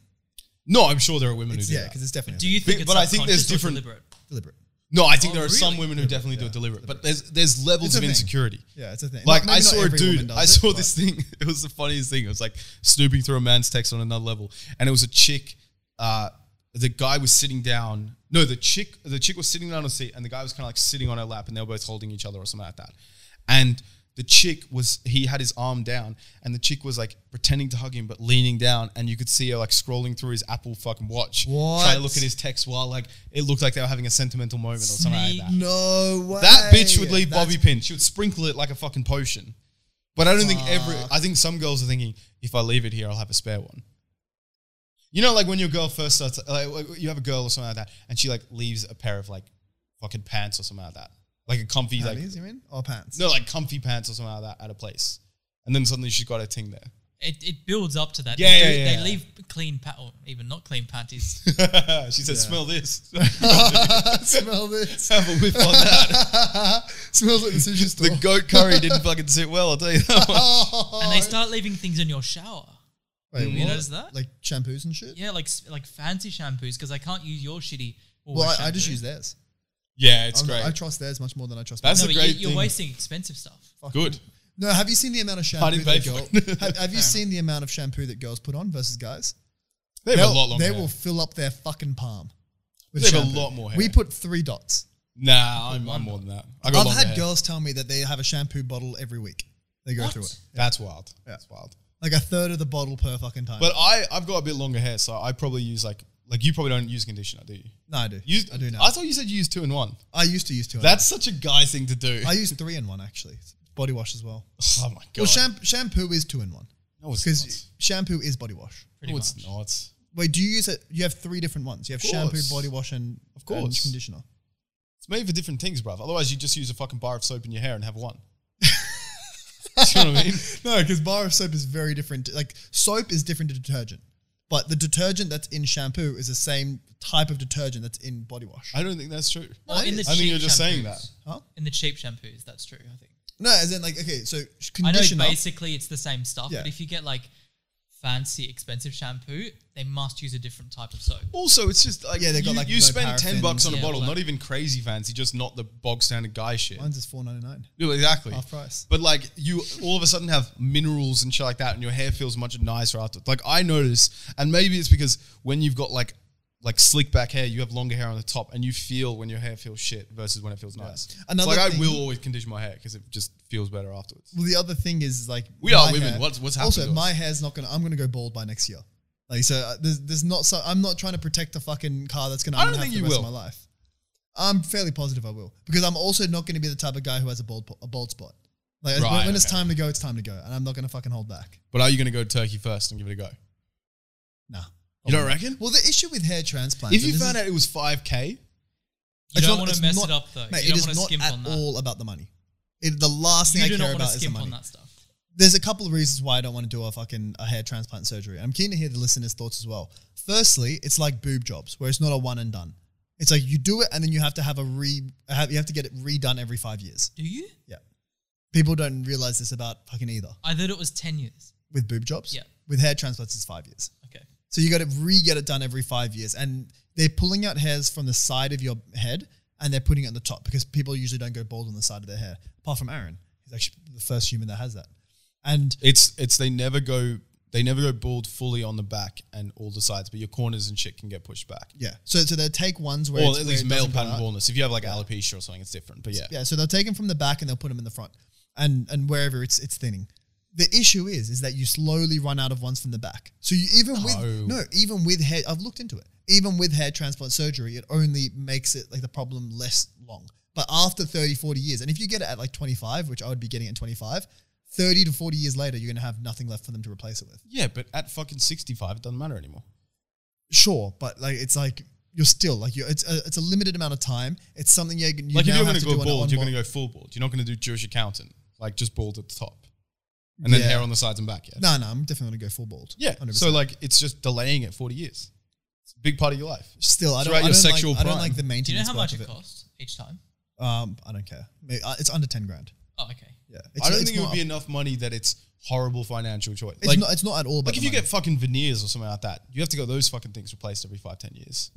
No, I'm sure there are women who
It's,
do
yeah,
that.
because it's definitely.
Do you think?
But-
it's
but I think there's
subconscious or
different-
Deliberate?
deliberate?
No, I think
Oh,
there are
really?
some women who definitely do it deliberate, but there's there's levels
It's a
of
thing.
insecurity.
Yeah, it's a thing.
Like
Not- maybe
I
not
saw a
every woman
dude,
does
I
it,
saw
but-
this thing. It was the funniest thing. It was like snooping through a man's text on another level, and it was a chick. Uh, the guy was sitting down. No, the chick, the chick was sitting down on a seat, and the guy was kind of like sitting on her lap, and they were both holding each other or something like that. And the chick was, he had his arm down, and the chick was like pretending to hug him, but leaning down, and you could see her like scrolling through his Apple fucking watch, trying
What?
to look at his text while like it looked like they were having a sentimental moment or something like that.
No way.
That bitch would leave
That's-
bobby pin. She would sprinkle it like a fucking potion. But I don't think every. I think some girls are thinking, if I leave it here, I'll have a spare one. You know, like when your girl first starts, like like, you have a girl or something like that, and she like leaves a pair of like fucking pants or something like that, like a comfy like
Panties, you mean? Or pants?
no, like comfy pants or something like that at a place, and then suddenly she's got her thing there.
It, it builds up to that.
Yeah,
they,
yeah,
do-
yeah, yeah.
they leave clean pat or even not clean panties.
she said, "Smell this."
Smell this.
have a whiff on that.
Smells like the sushi store.
the goat curry didn't fucking sit well. I'll tell you that one.
and they start leaving things in your shower.
Wait,
You
what?
notice that?
Like shampoos and shit?
Yeah, like s- like fancy shampoos because I can't use your shitty.
Well,
Woolworths
I, I just
shampoo.
use theirs.
Yeah, it's
I'm-
great.
I trust theirs much more than I trust
That's
No,
a
but
great
you,
thing.
you're wasting expensive stuff.
Good.
No, have you seen the amount
I
of shampoo
didn't
that
pay for
girl,
it.
have, have you seen the amount of shampoo that girls put on versus guys?
They have a
They'll-
lot longer.
They
hair.
will fill up their fucking palm. with
They have a
shampoo.
lot more
We
hair.
put three dots.
Nah, I'm, I'm more than that. I got
I've
longer
had
hair.
girls tell me that they have a shampoo bottle every week. They go
What?
through it.
That's wild. That's wild.
Like a third of the bottle per fucking time.
But I, I've got a bit longer hair, so I probably use like like you probably don't use conditioner, do you?
no, I do.
You,
I do now.
I
I,
thought you said you use two in one.
used to use two. in
That's such a guy thing to do.
I use three in one actually. Body wash as well.
oh my god.
Well, shampoo, shampoo is two in one
no, it's not.
because shampoo is body wash.
No, it's not.
Wait, do you use it? You have three different ones. You have
Of
shampoo,
course.
body wash, and
Of course.
and conditioner.
It's made for different things, bruv. Otherwise, you just use a fucking bar of soap in your hair and have one. Do you know what I mean?
No, because bar of soap is very different. Like soap is different to detergent, but the detergent that's in shampoo is the same type of detergent that's in body wash.
I don't think that's true.
No, in the
I think
cheap
you're just saying that.
shampoos.
Huh?
In the cheap shampoos, that's true. I think.
No, as in like okay, so sh-
I know
conditioner.
basically it's the same stuff,
Yeah.
but if you get like fancy expensive shampoo, they must use a different type of soap.
Also, it's just like
Yeah, they got,
you,
like,
you
no
spend ten
paraffins.
bucks on a
Yeah,
bottle,
like-
not even crazy fancy, just not the bog standard guy shit.
Mine's is four ninety nine.
Yeah, exactly.
Half price.
But like you all of a sudden have minerals and shit like that, and your hair feels much nicer after. Like I notice, and maybe it's because when you've got like like slick back hair, you have longer hair on the top, and you feel when your hair feels shit versus when it feels nice.
Another
like I
thing-
will always condition my hair because it just feels better afterwards.
Well, the other thing is is, like
We are
my
women. What's- what's happened to
Also,
us?
my hair's not gonna. I'm gonna go bald by next year. Like so, uh, there's, there's not. So I'm not trying to protect the fucking car that's gonna.
I
I
don't
have
think
the
you
rest
will.
Of my life. I'm fairly positive I will because I'm also not going to be the type of guy who has a bald po- a bald spot. Like it's-
Right,
when it's
okay.
time to go, it's time to go, and I'm not going to fucking hold back.
But are you going to go turkey first and give it a go?
Nah.
You don't reckon?
Well, the issue with hair transplants.
If
and
you
this
found
is-
out it was five k,
You
it's
don't
not-
want
it's
to mess
not-
it up though.
mate,
you
it
don't
is
want to
not
skimp
at
on that.
all about the money. It, the last thing
you
I
do
care
not want
about is
to
the
skimp
money.
on that stuff.
there's a couple of reasons why I don't want to do a fucking a hair transplant surgery. I'm keen to hear the listeners' thoughts as well. Firstly, it's like boob jobs, where it's not a one and done. It's like you do it and then you have to have a re have, you have to get it redone every five years.
Do you?
Yeah, people don't realize this about fucking either
I thought it was ten years.
with boob jobs.
Yeah.
with hair transplants, it's five years.
Okay.
So you got to re get it done every five years, and they're pulling out hairs from the side of your head and they're putting it on the top because people usually don't go bald on the side of their hair. Apart from Aaron, he's actually the first human that has that. And
it's it's they never go they never go bald fully on the back and all the sides, but your corners and shit can get pushed back.
Yeah. So so they'll take ones where
Or
it's-
at
where
least
it
male
doesn't go
pattern
out.
baldness. If you have like alopecia or something, it's different. But yeah,
Yeah. So they'll take them from the back and they'll put them in the front, and and wherever it's it's thinning. The issue is, is that you slowly run out of ones from the back. So you even with no, even with hair, I've looked into it. Even with hair transplant surgery, it only makes it like the problem less long. But after 30, 40 years, and if you get it at like 25, which I would be getting at 25, 30 to 40 years later, you're going to have nothing left for them to replace it with.
Yeah, but at fucking 65, it doesn't matter anymore.
Sure, but like it's like you're still like you. It's a, it's a limited amount of time. It's something you're, you
like, if
now
you're
have
going
to
to
do
go
on a- on
bald, you're going
one-
to go full bald. You're not going to do Jewish accountant, like just bald at the top. And then
Yeah.
hair on the sides and back, yeah?
No, no, I'm definitely going to go full bald.
Yeah.
100%.
So, like, it's just delaying it 40 years. It's a big part of your life.
still, I don't,
throughout
I
your
don't
sexual
like, I don't
prime.
like the maintenance.
Do you know how
work
much
of
it costs each time?
Um, I don't care. Maybe- uh, It's under ten grand.
Oh, okay.
Yeah,
I don't think it would be enough money that it's horrible financial choice.
It's
like,
not. It's not at all. About
like if
the
you
money.
get fucking veneers or something like that, you have to get those fucking things replaced every five, ten years.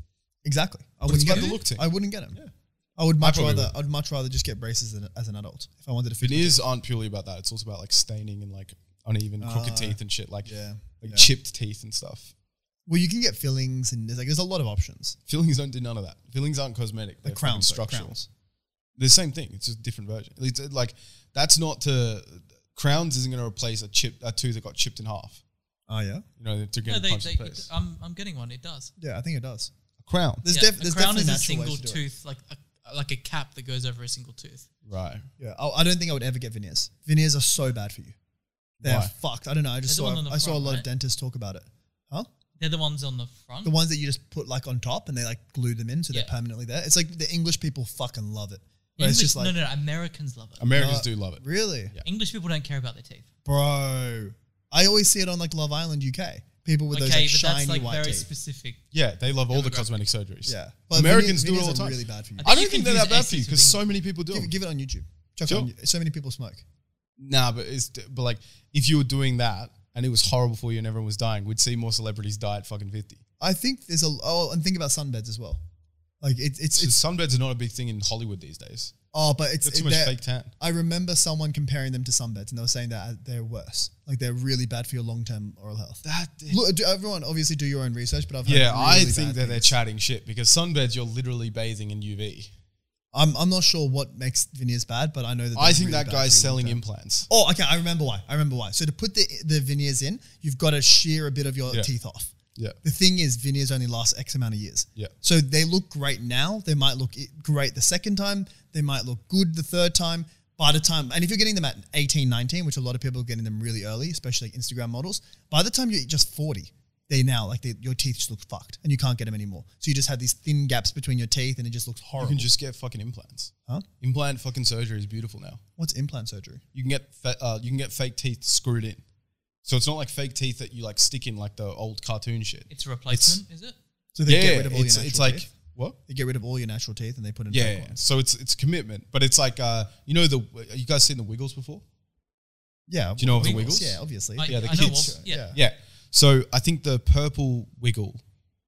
exactly, I
it's
wouldn't
about the
get them.
look thing.
I wouldn't get them. I would much
probably
rather. I'd much rather just get braces than, as an adult if I wanted to. fit
Veneers aren't purely about that. It's also about like staining and like uneven, crooked teeth and shit, like,
Ah, yeah,
like
yeah.
chipped teeth and stuff.
Well, you can get fillings and there's like there's a lot of options.
Fillings don't do none of that. Fillings aren't cosmetic. They're
Like crowns,
fucking
sorry,
structural.
crowns.
They're the same thing. It's just a different version. It's uh, like that's not to crowns isn't going to replace a chip a tooth that got chipped in half.
Oh yeah,
You know, to get
No,
no,
they,
punched
they,
in the face.
I'm, I'm getting one. It does.
yeah. I think it does.
a crown,
There's,
Yeah,
def-
a
there's
crown
definitely
is a
natural
single
ways to do it.
tooth, like a, like a cap that goes over a single tooth.
right?
Yeah, I, I don't think I would ever get veneers. Veneers are so bad for you. They're
Why?
fucked. I don't know. I just
They're the
saw.
one on the
I saw a
front,
lot of
right?
dentists talk about it. Huh?
They're the ones on the front.
The ones that you just put like on top and they like glue them in so they're
Yeah.
permanently there. It's like the English people fucking love it. Where
English,
it's just like
no, no, no, Americans love it.
Americans
Uh,
do love it.
really,
Yeah.
English people don't care about their teeth.
bro. I always see it on like Love Island UK. People with
okay,
those like,
but
shiny
that's like
white
very
teeth.
specific.
Yeah, they love all the cosmetic surgeries.
yeah,
Americans
vene-
do it all
veneers
the
are
time.
Really bad for you.
I
You
don't think they're
confuse
that bad for you
Asics
because
with
so many people do.
Give,
it.
it- give it on YouTube. Chuck
Sure.
it on, so many people smoke.
Nah, but it's but like if you were doing that and it was horrible for you and everyone was dying, we'd see more celebrities die at fucking fifty.
I think there's a oh, and think about sunbeds as well. Like it, it's
So
it's
sunbeds are not a big thing in Hollywood these days.
oh, but it's
There's too
it-
much
they're-
fake tan.
I remember someone comparing them to sunbeds, and they were saying that they're worse. Like they're really bad for your long-term oral health.
That
Look, do, everyone obviously do your own research, but I've heard
yeah, I
really
think
bad
that they're
things.
chatting shit because sunbeds you're literally bathing in UV.
I'm I'm not sure what makes veneers bad, but I know that
I
they're
think
really
that
bad
guy's
for your
selling
long-term.
implants.
Oh, okay. I remember why. I remember why. So to put the the veneers in, you've got to shear a bit of your
Yeah.
teeth off.
Yeah,
The thing is, veneers only last X amount of years.
Yeah.
So they look great now. They might look i- great the second time. They might look good the third time. By the time, and if you're getting them at 18, 19, which a lot of people are getting them really early, especially like Instagram models, by the time you're just 40, they now, like they, your teeth just look fucked and you can't get them anymore. So you just have these thin gaps between your teeth and it just looks
you
horrible.
can just get fucking implants.
Huh?
Implant fucking surgery is beautiful now.
What's implant surgery?
You can get fa- uh, you can get fake teeth screwed in. So it's not like fake teeth that you like stick in like the old cartoon shit.
It's a replacement, is it?
So
yeah, it's,
natural
it's like
teeth?
what?
They get rid of all your natural teeth and they put in
Yeah,
fake
yeah.
ones.
so it's it's commitment, but it's like uh, you know the you guys seen the Wiggles before?
Yeah.
Do you know of the Wiggles?
Yeah, obviously.
I,
Yeah, the
I know
kids.
of- Yeah.
Yeah.
Yeah. So I think the purple Wiggle,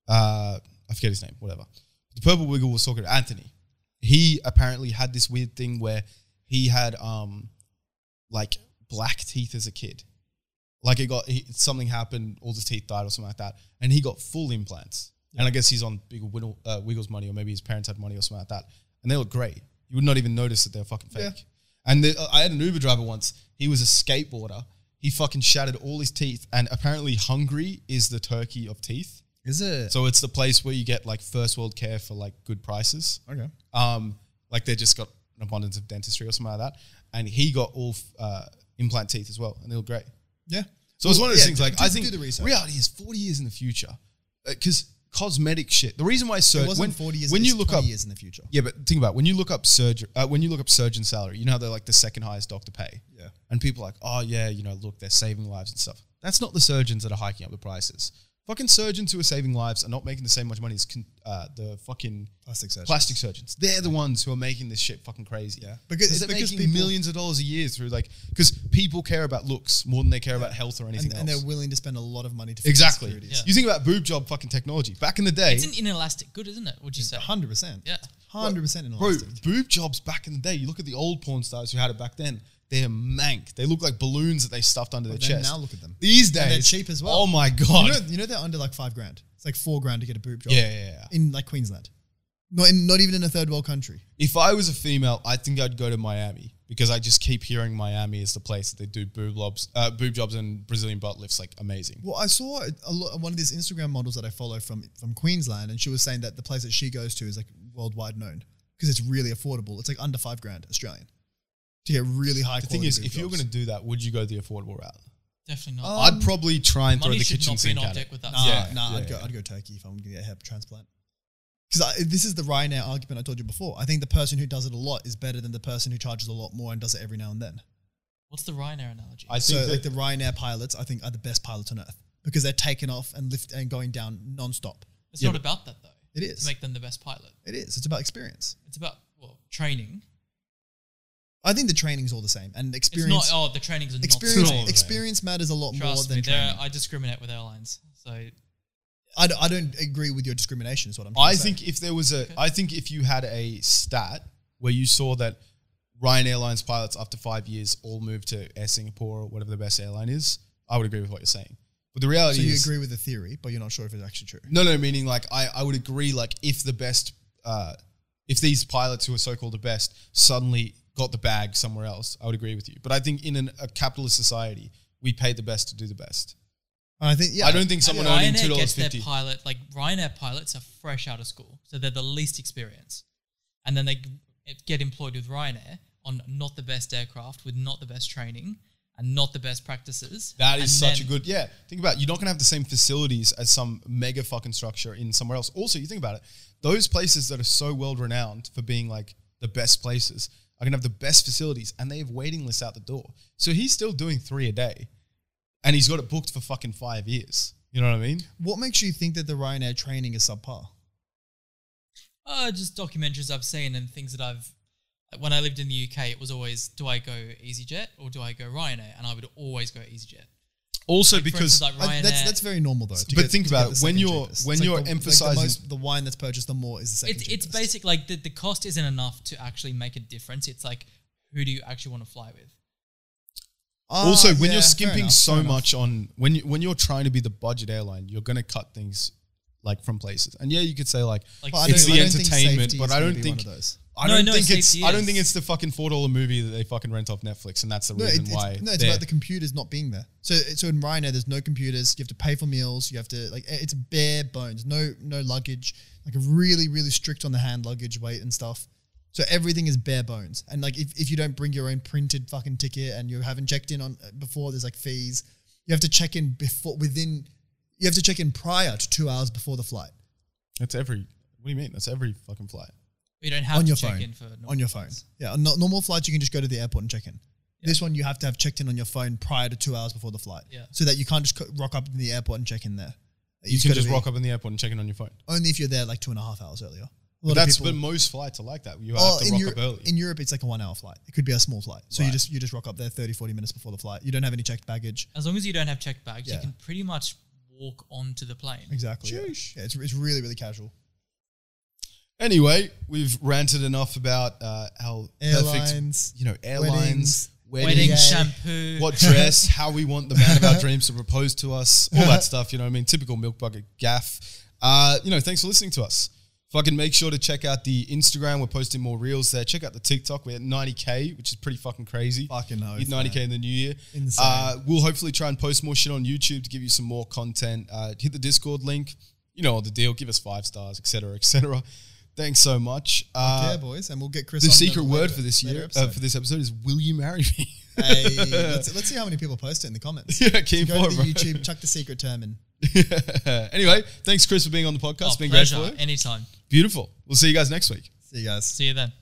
uh, I forget his name, whatever. The purple Wiggle was talking to Anthony. He apparently had this weird thing where he had um, like black teeth as a kid. Like it got he, something happened, all his teeth died or something like that, and he got full implants. And I guess he's on big Wiggle, uh, Wiggles money, or maybe his parents had money or something like that, and they look great. You would not even notice that they're fucking fake.
Yeah.
And the, uh, I had an Uber driver once. He was a skateboarder. He fucking shattered all his teeth, and apparently Hungary is the Turkey of teeth.
Is it?
So it's the place where you get like first world care for like good prices.
okay.
Um, like they just got an abundance of dentistry or something like that. And he got all f- uh, implant teeth as well, and they look great.
Yeah.
So it's one of those
yeah,
things. Like
do-
I think
do the research.
reality is forty years in the future, because cosmetic shit. The reason why
It
surgery
wasn't
when
40 years.
when
it's
you look
20
up
years in the future.
yeah, but think about it. when you look up surgeon uh, when you look up surgeon salary, you know how they're like the second highest doctor pay.
Yeah.
And people are like, oh yeah, you know, look, they're saving lives and stuff. That's not the surgeons that are hiking up the prices. Fucking surgeons who are saving lives are not making the same much money as con- uh, the fucking
Plastic surgery.
plastic surgeons. They're the ones who are making this shit fucking crazy. Yeah,
Because-
because they're
because
making
people-
millions of dollars a year through like because people care about looks more than they care about health or anything
and, and
else.
they're willing to spend a lot of money to fix
exactly.
insecurities.
You think about boob job fucking technology. Back in the day,
It's an inelastic good, isn't it? Would you say?
Hundred percent.
Yeah.
Hundred percent in
Bro,
elastic.
boob jobs back in the day. You look at the old porn stars who had it back then. They're mank. They look like balloons that they stuffed under their
then
chest.
now look at them.
These days,
And they're cheap as well.
Oh my god!
You know, you know they're under like five grand. It's like four grand to get a boob job.
Yeah, yeah, yeah.
In like Queensland. Not, in, not even in a third world country.
If I was a female, I think I'd go to Miami because I just keep hearing Miami is the place that they do boob lobs, uh, boob jobs and Brazilian butt lifts like amazing.
Well, I saw a lot, one of these Instagram models that I follow from from Queensland, and she was saying that the place that she goes to is like worldwide known because it's really affordable. It's like under five grand Australian to get really high.
The thing is, if you're going to do that, would you go the affordable route?
Definitely
Oh,
not.
I'd probably try and throw
Um, Money
the
should
kitchen
not be an
sink at it.
object with that.
nah,
yeah,
nah,
yeah,
I'd go,
yeah.
I'd go Turkey if I'm going to get a hair transplant. Because this is the Ryanair argument I told you before. I think the person who does it a lot is better than the person who charges a lot more and does it every now and then.
What's the Ryanair analogy?
I
So
think
like
that
the Ryanair pilots, I think are the best pilots on earth because they're taking off and lift and going down nonstop.
it's
yeah,
not
but-
about that though.
It
To
is.
make them the best pilot.
It is. It's about experience.
It's about well training.
I think the training's all the same and
It's
experience.
not oh the training's not
experience
It's all the
experience matters a lot
Trust
more
me,
than
there-
training.
I discriminate with airlines. So
I, d- I don't agree with your discrimination. Is what I'm. trying
I
to say.
think if there was a, I think if you had a stat where you saw that Ryan Airlines pilots after five years all moved to Air Singapore or whatever the best airline is, I would agree with what you're saying. But the reality
so. You
is,
agree with the theory, but you're not sure if it's actually true.
No, no, meaning like I, I would agree like if the best, uh, if these pilots who are so called the best suddenly got the bag somewhere else, I would agree with you. But I think in an, a capitalist society, we pay the best to do the best.
And I think yeah.
I don't think someone earning two
Ryanair
dollars
gets their
fifty.
pilot like Ryanair pilots are fresh out of school, so they're the least experienced, and then they g- get employed with Ryanair on not the best aircraft with not the best training and not the best practices.
That is
and
such a
then-
good yeah. Think about it. you're not gonna have the same facilities as some mega fucking structure in somewhere else. Also, you think about it, those places that are so world renowned for being like the best places are gonna have the best facilities and they have waiting lists out the door. So he's still doing three a day. And he's got it booked for fucking five years. You know what I mean?
What makes you think that the Ryanair training is subpar?
Uh, just documentaries I've seen and things that I've. like, When I lived in the UK, it was always do I go EasyJet or do I go Ryanair, and I would always go EasyJet.
Also
Like, for
because
instance, like
I-
Ryanair,
that's that's very normal though. to
But
get-
think
to
about
get the
it, when
second
you're-
cheapest.
when you're
the- the
emphasizing-
most- the wine that's purchased, the more is the second.
it's, it's
cheapest.
basic like the, the cost isn't enough to actually make a difference. It's like who do you actually want to fly with?
Ah,
also when
yeah,
you're
fair
skimping
enough,
so
fair enough.
much on when you, when you're trying to be the budget airline, you're gonna cut things like from places. And yeah, you could say like
Like
But I
it's
don't-
the
I don't think
entertainment,
safety
but
is
I
gonna
don't
be one
think
of those.
I
No,
don't
no,
think it's
safety
I don't
is.
think it's the fucking four dollar movie that they fucking rent off Netflix, and that's the
No, it-
reason
it's,
why.
no, it's
they're-
about the computers not being there. So, so in Ryanair, there's no computers. You have to pay for meals. You have to like it- it's bare bones. No, no luggage. Like really, really strict on the hand luggage weight and stuff. So everything is bare bones. And like if, if you don't bring your own printed fucking ticket and you haven't checked in on before, there's like fees. You have to check in before within. You have to check in prior to two hours before the flight
that's every. What do you mean? That's every fucking flight.
You don't have
on
to
your
check
phone.
in for normal
on your phone.
flights.
Yeah, on no- normal flights you can just go to the airport and check in. This one you have to have checked in on your phone prior to two hours before the flight.
Yeah.
So that you can't just co- rock up in the airport and check in there.
You can just rock up in the airport and check in on your phone.
only if you're there like two and a half hours earlier. A
But
lot
that's
of people,
but most flights are like that. You
Oh,
have to
in,
rock
Europe,
up early.
in Europe, it's like a one hour flight. It could be a small flight. So you
Right.
just you just rock up there 30, 40 minutes before the flight. You don't have any checked baggage.
As long as you don't have checked bags,
Yeah.
you can pretty much walk onto the plane.
Exactly. Yeah.
Sheesh.
Yeah, it's, it's really, really casual.
anyway, we've ranted enough about uh, how
Airlines,
perfect, you know, airlines, weddings,
Wedding
Yeah.
shampoo.
what dress, how we want the man of our dreams to propose to us, all that stuff. You know, what I mean, typical milk bucket gaff. Uh, you know, thanks for listening to us. Fucking make sure to check out the Instagram. We're posting more reels there. Check out the TikTok. We're at 90k, which is pretty fucking crazy.
Fucking hell,
Hit 90k in the new year.
Insane.
Uh, we'll hopefully try and post more shit on YouTube to give you some more content. Uh, hit the Discord link. You know all the deal. Give us five stars, etc., etc. Thanks so much. Uh,
yeah, boys. And we'll get Chris
the
on
secret
later-
word
later-
for this
later
year, uh,
episode.
for this episode, is "Will you marry me?"
hey, let's, let's see how many people post it in the comments.
yeah, keen
Go
for
to
it,
the
bro.
YouTube, chuck the secret term in.
anyway, thanks, Chris, for being on the podcast.
Oh,
it's been
pleasure.
great for you.
Anytime.
Beautiful. We'll see you guys next week.
See you guys.
See you then.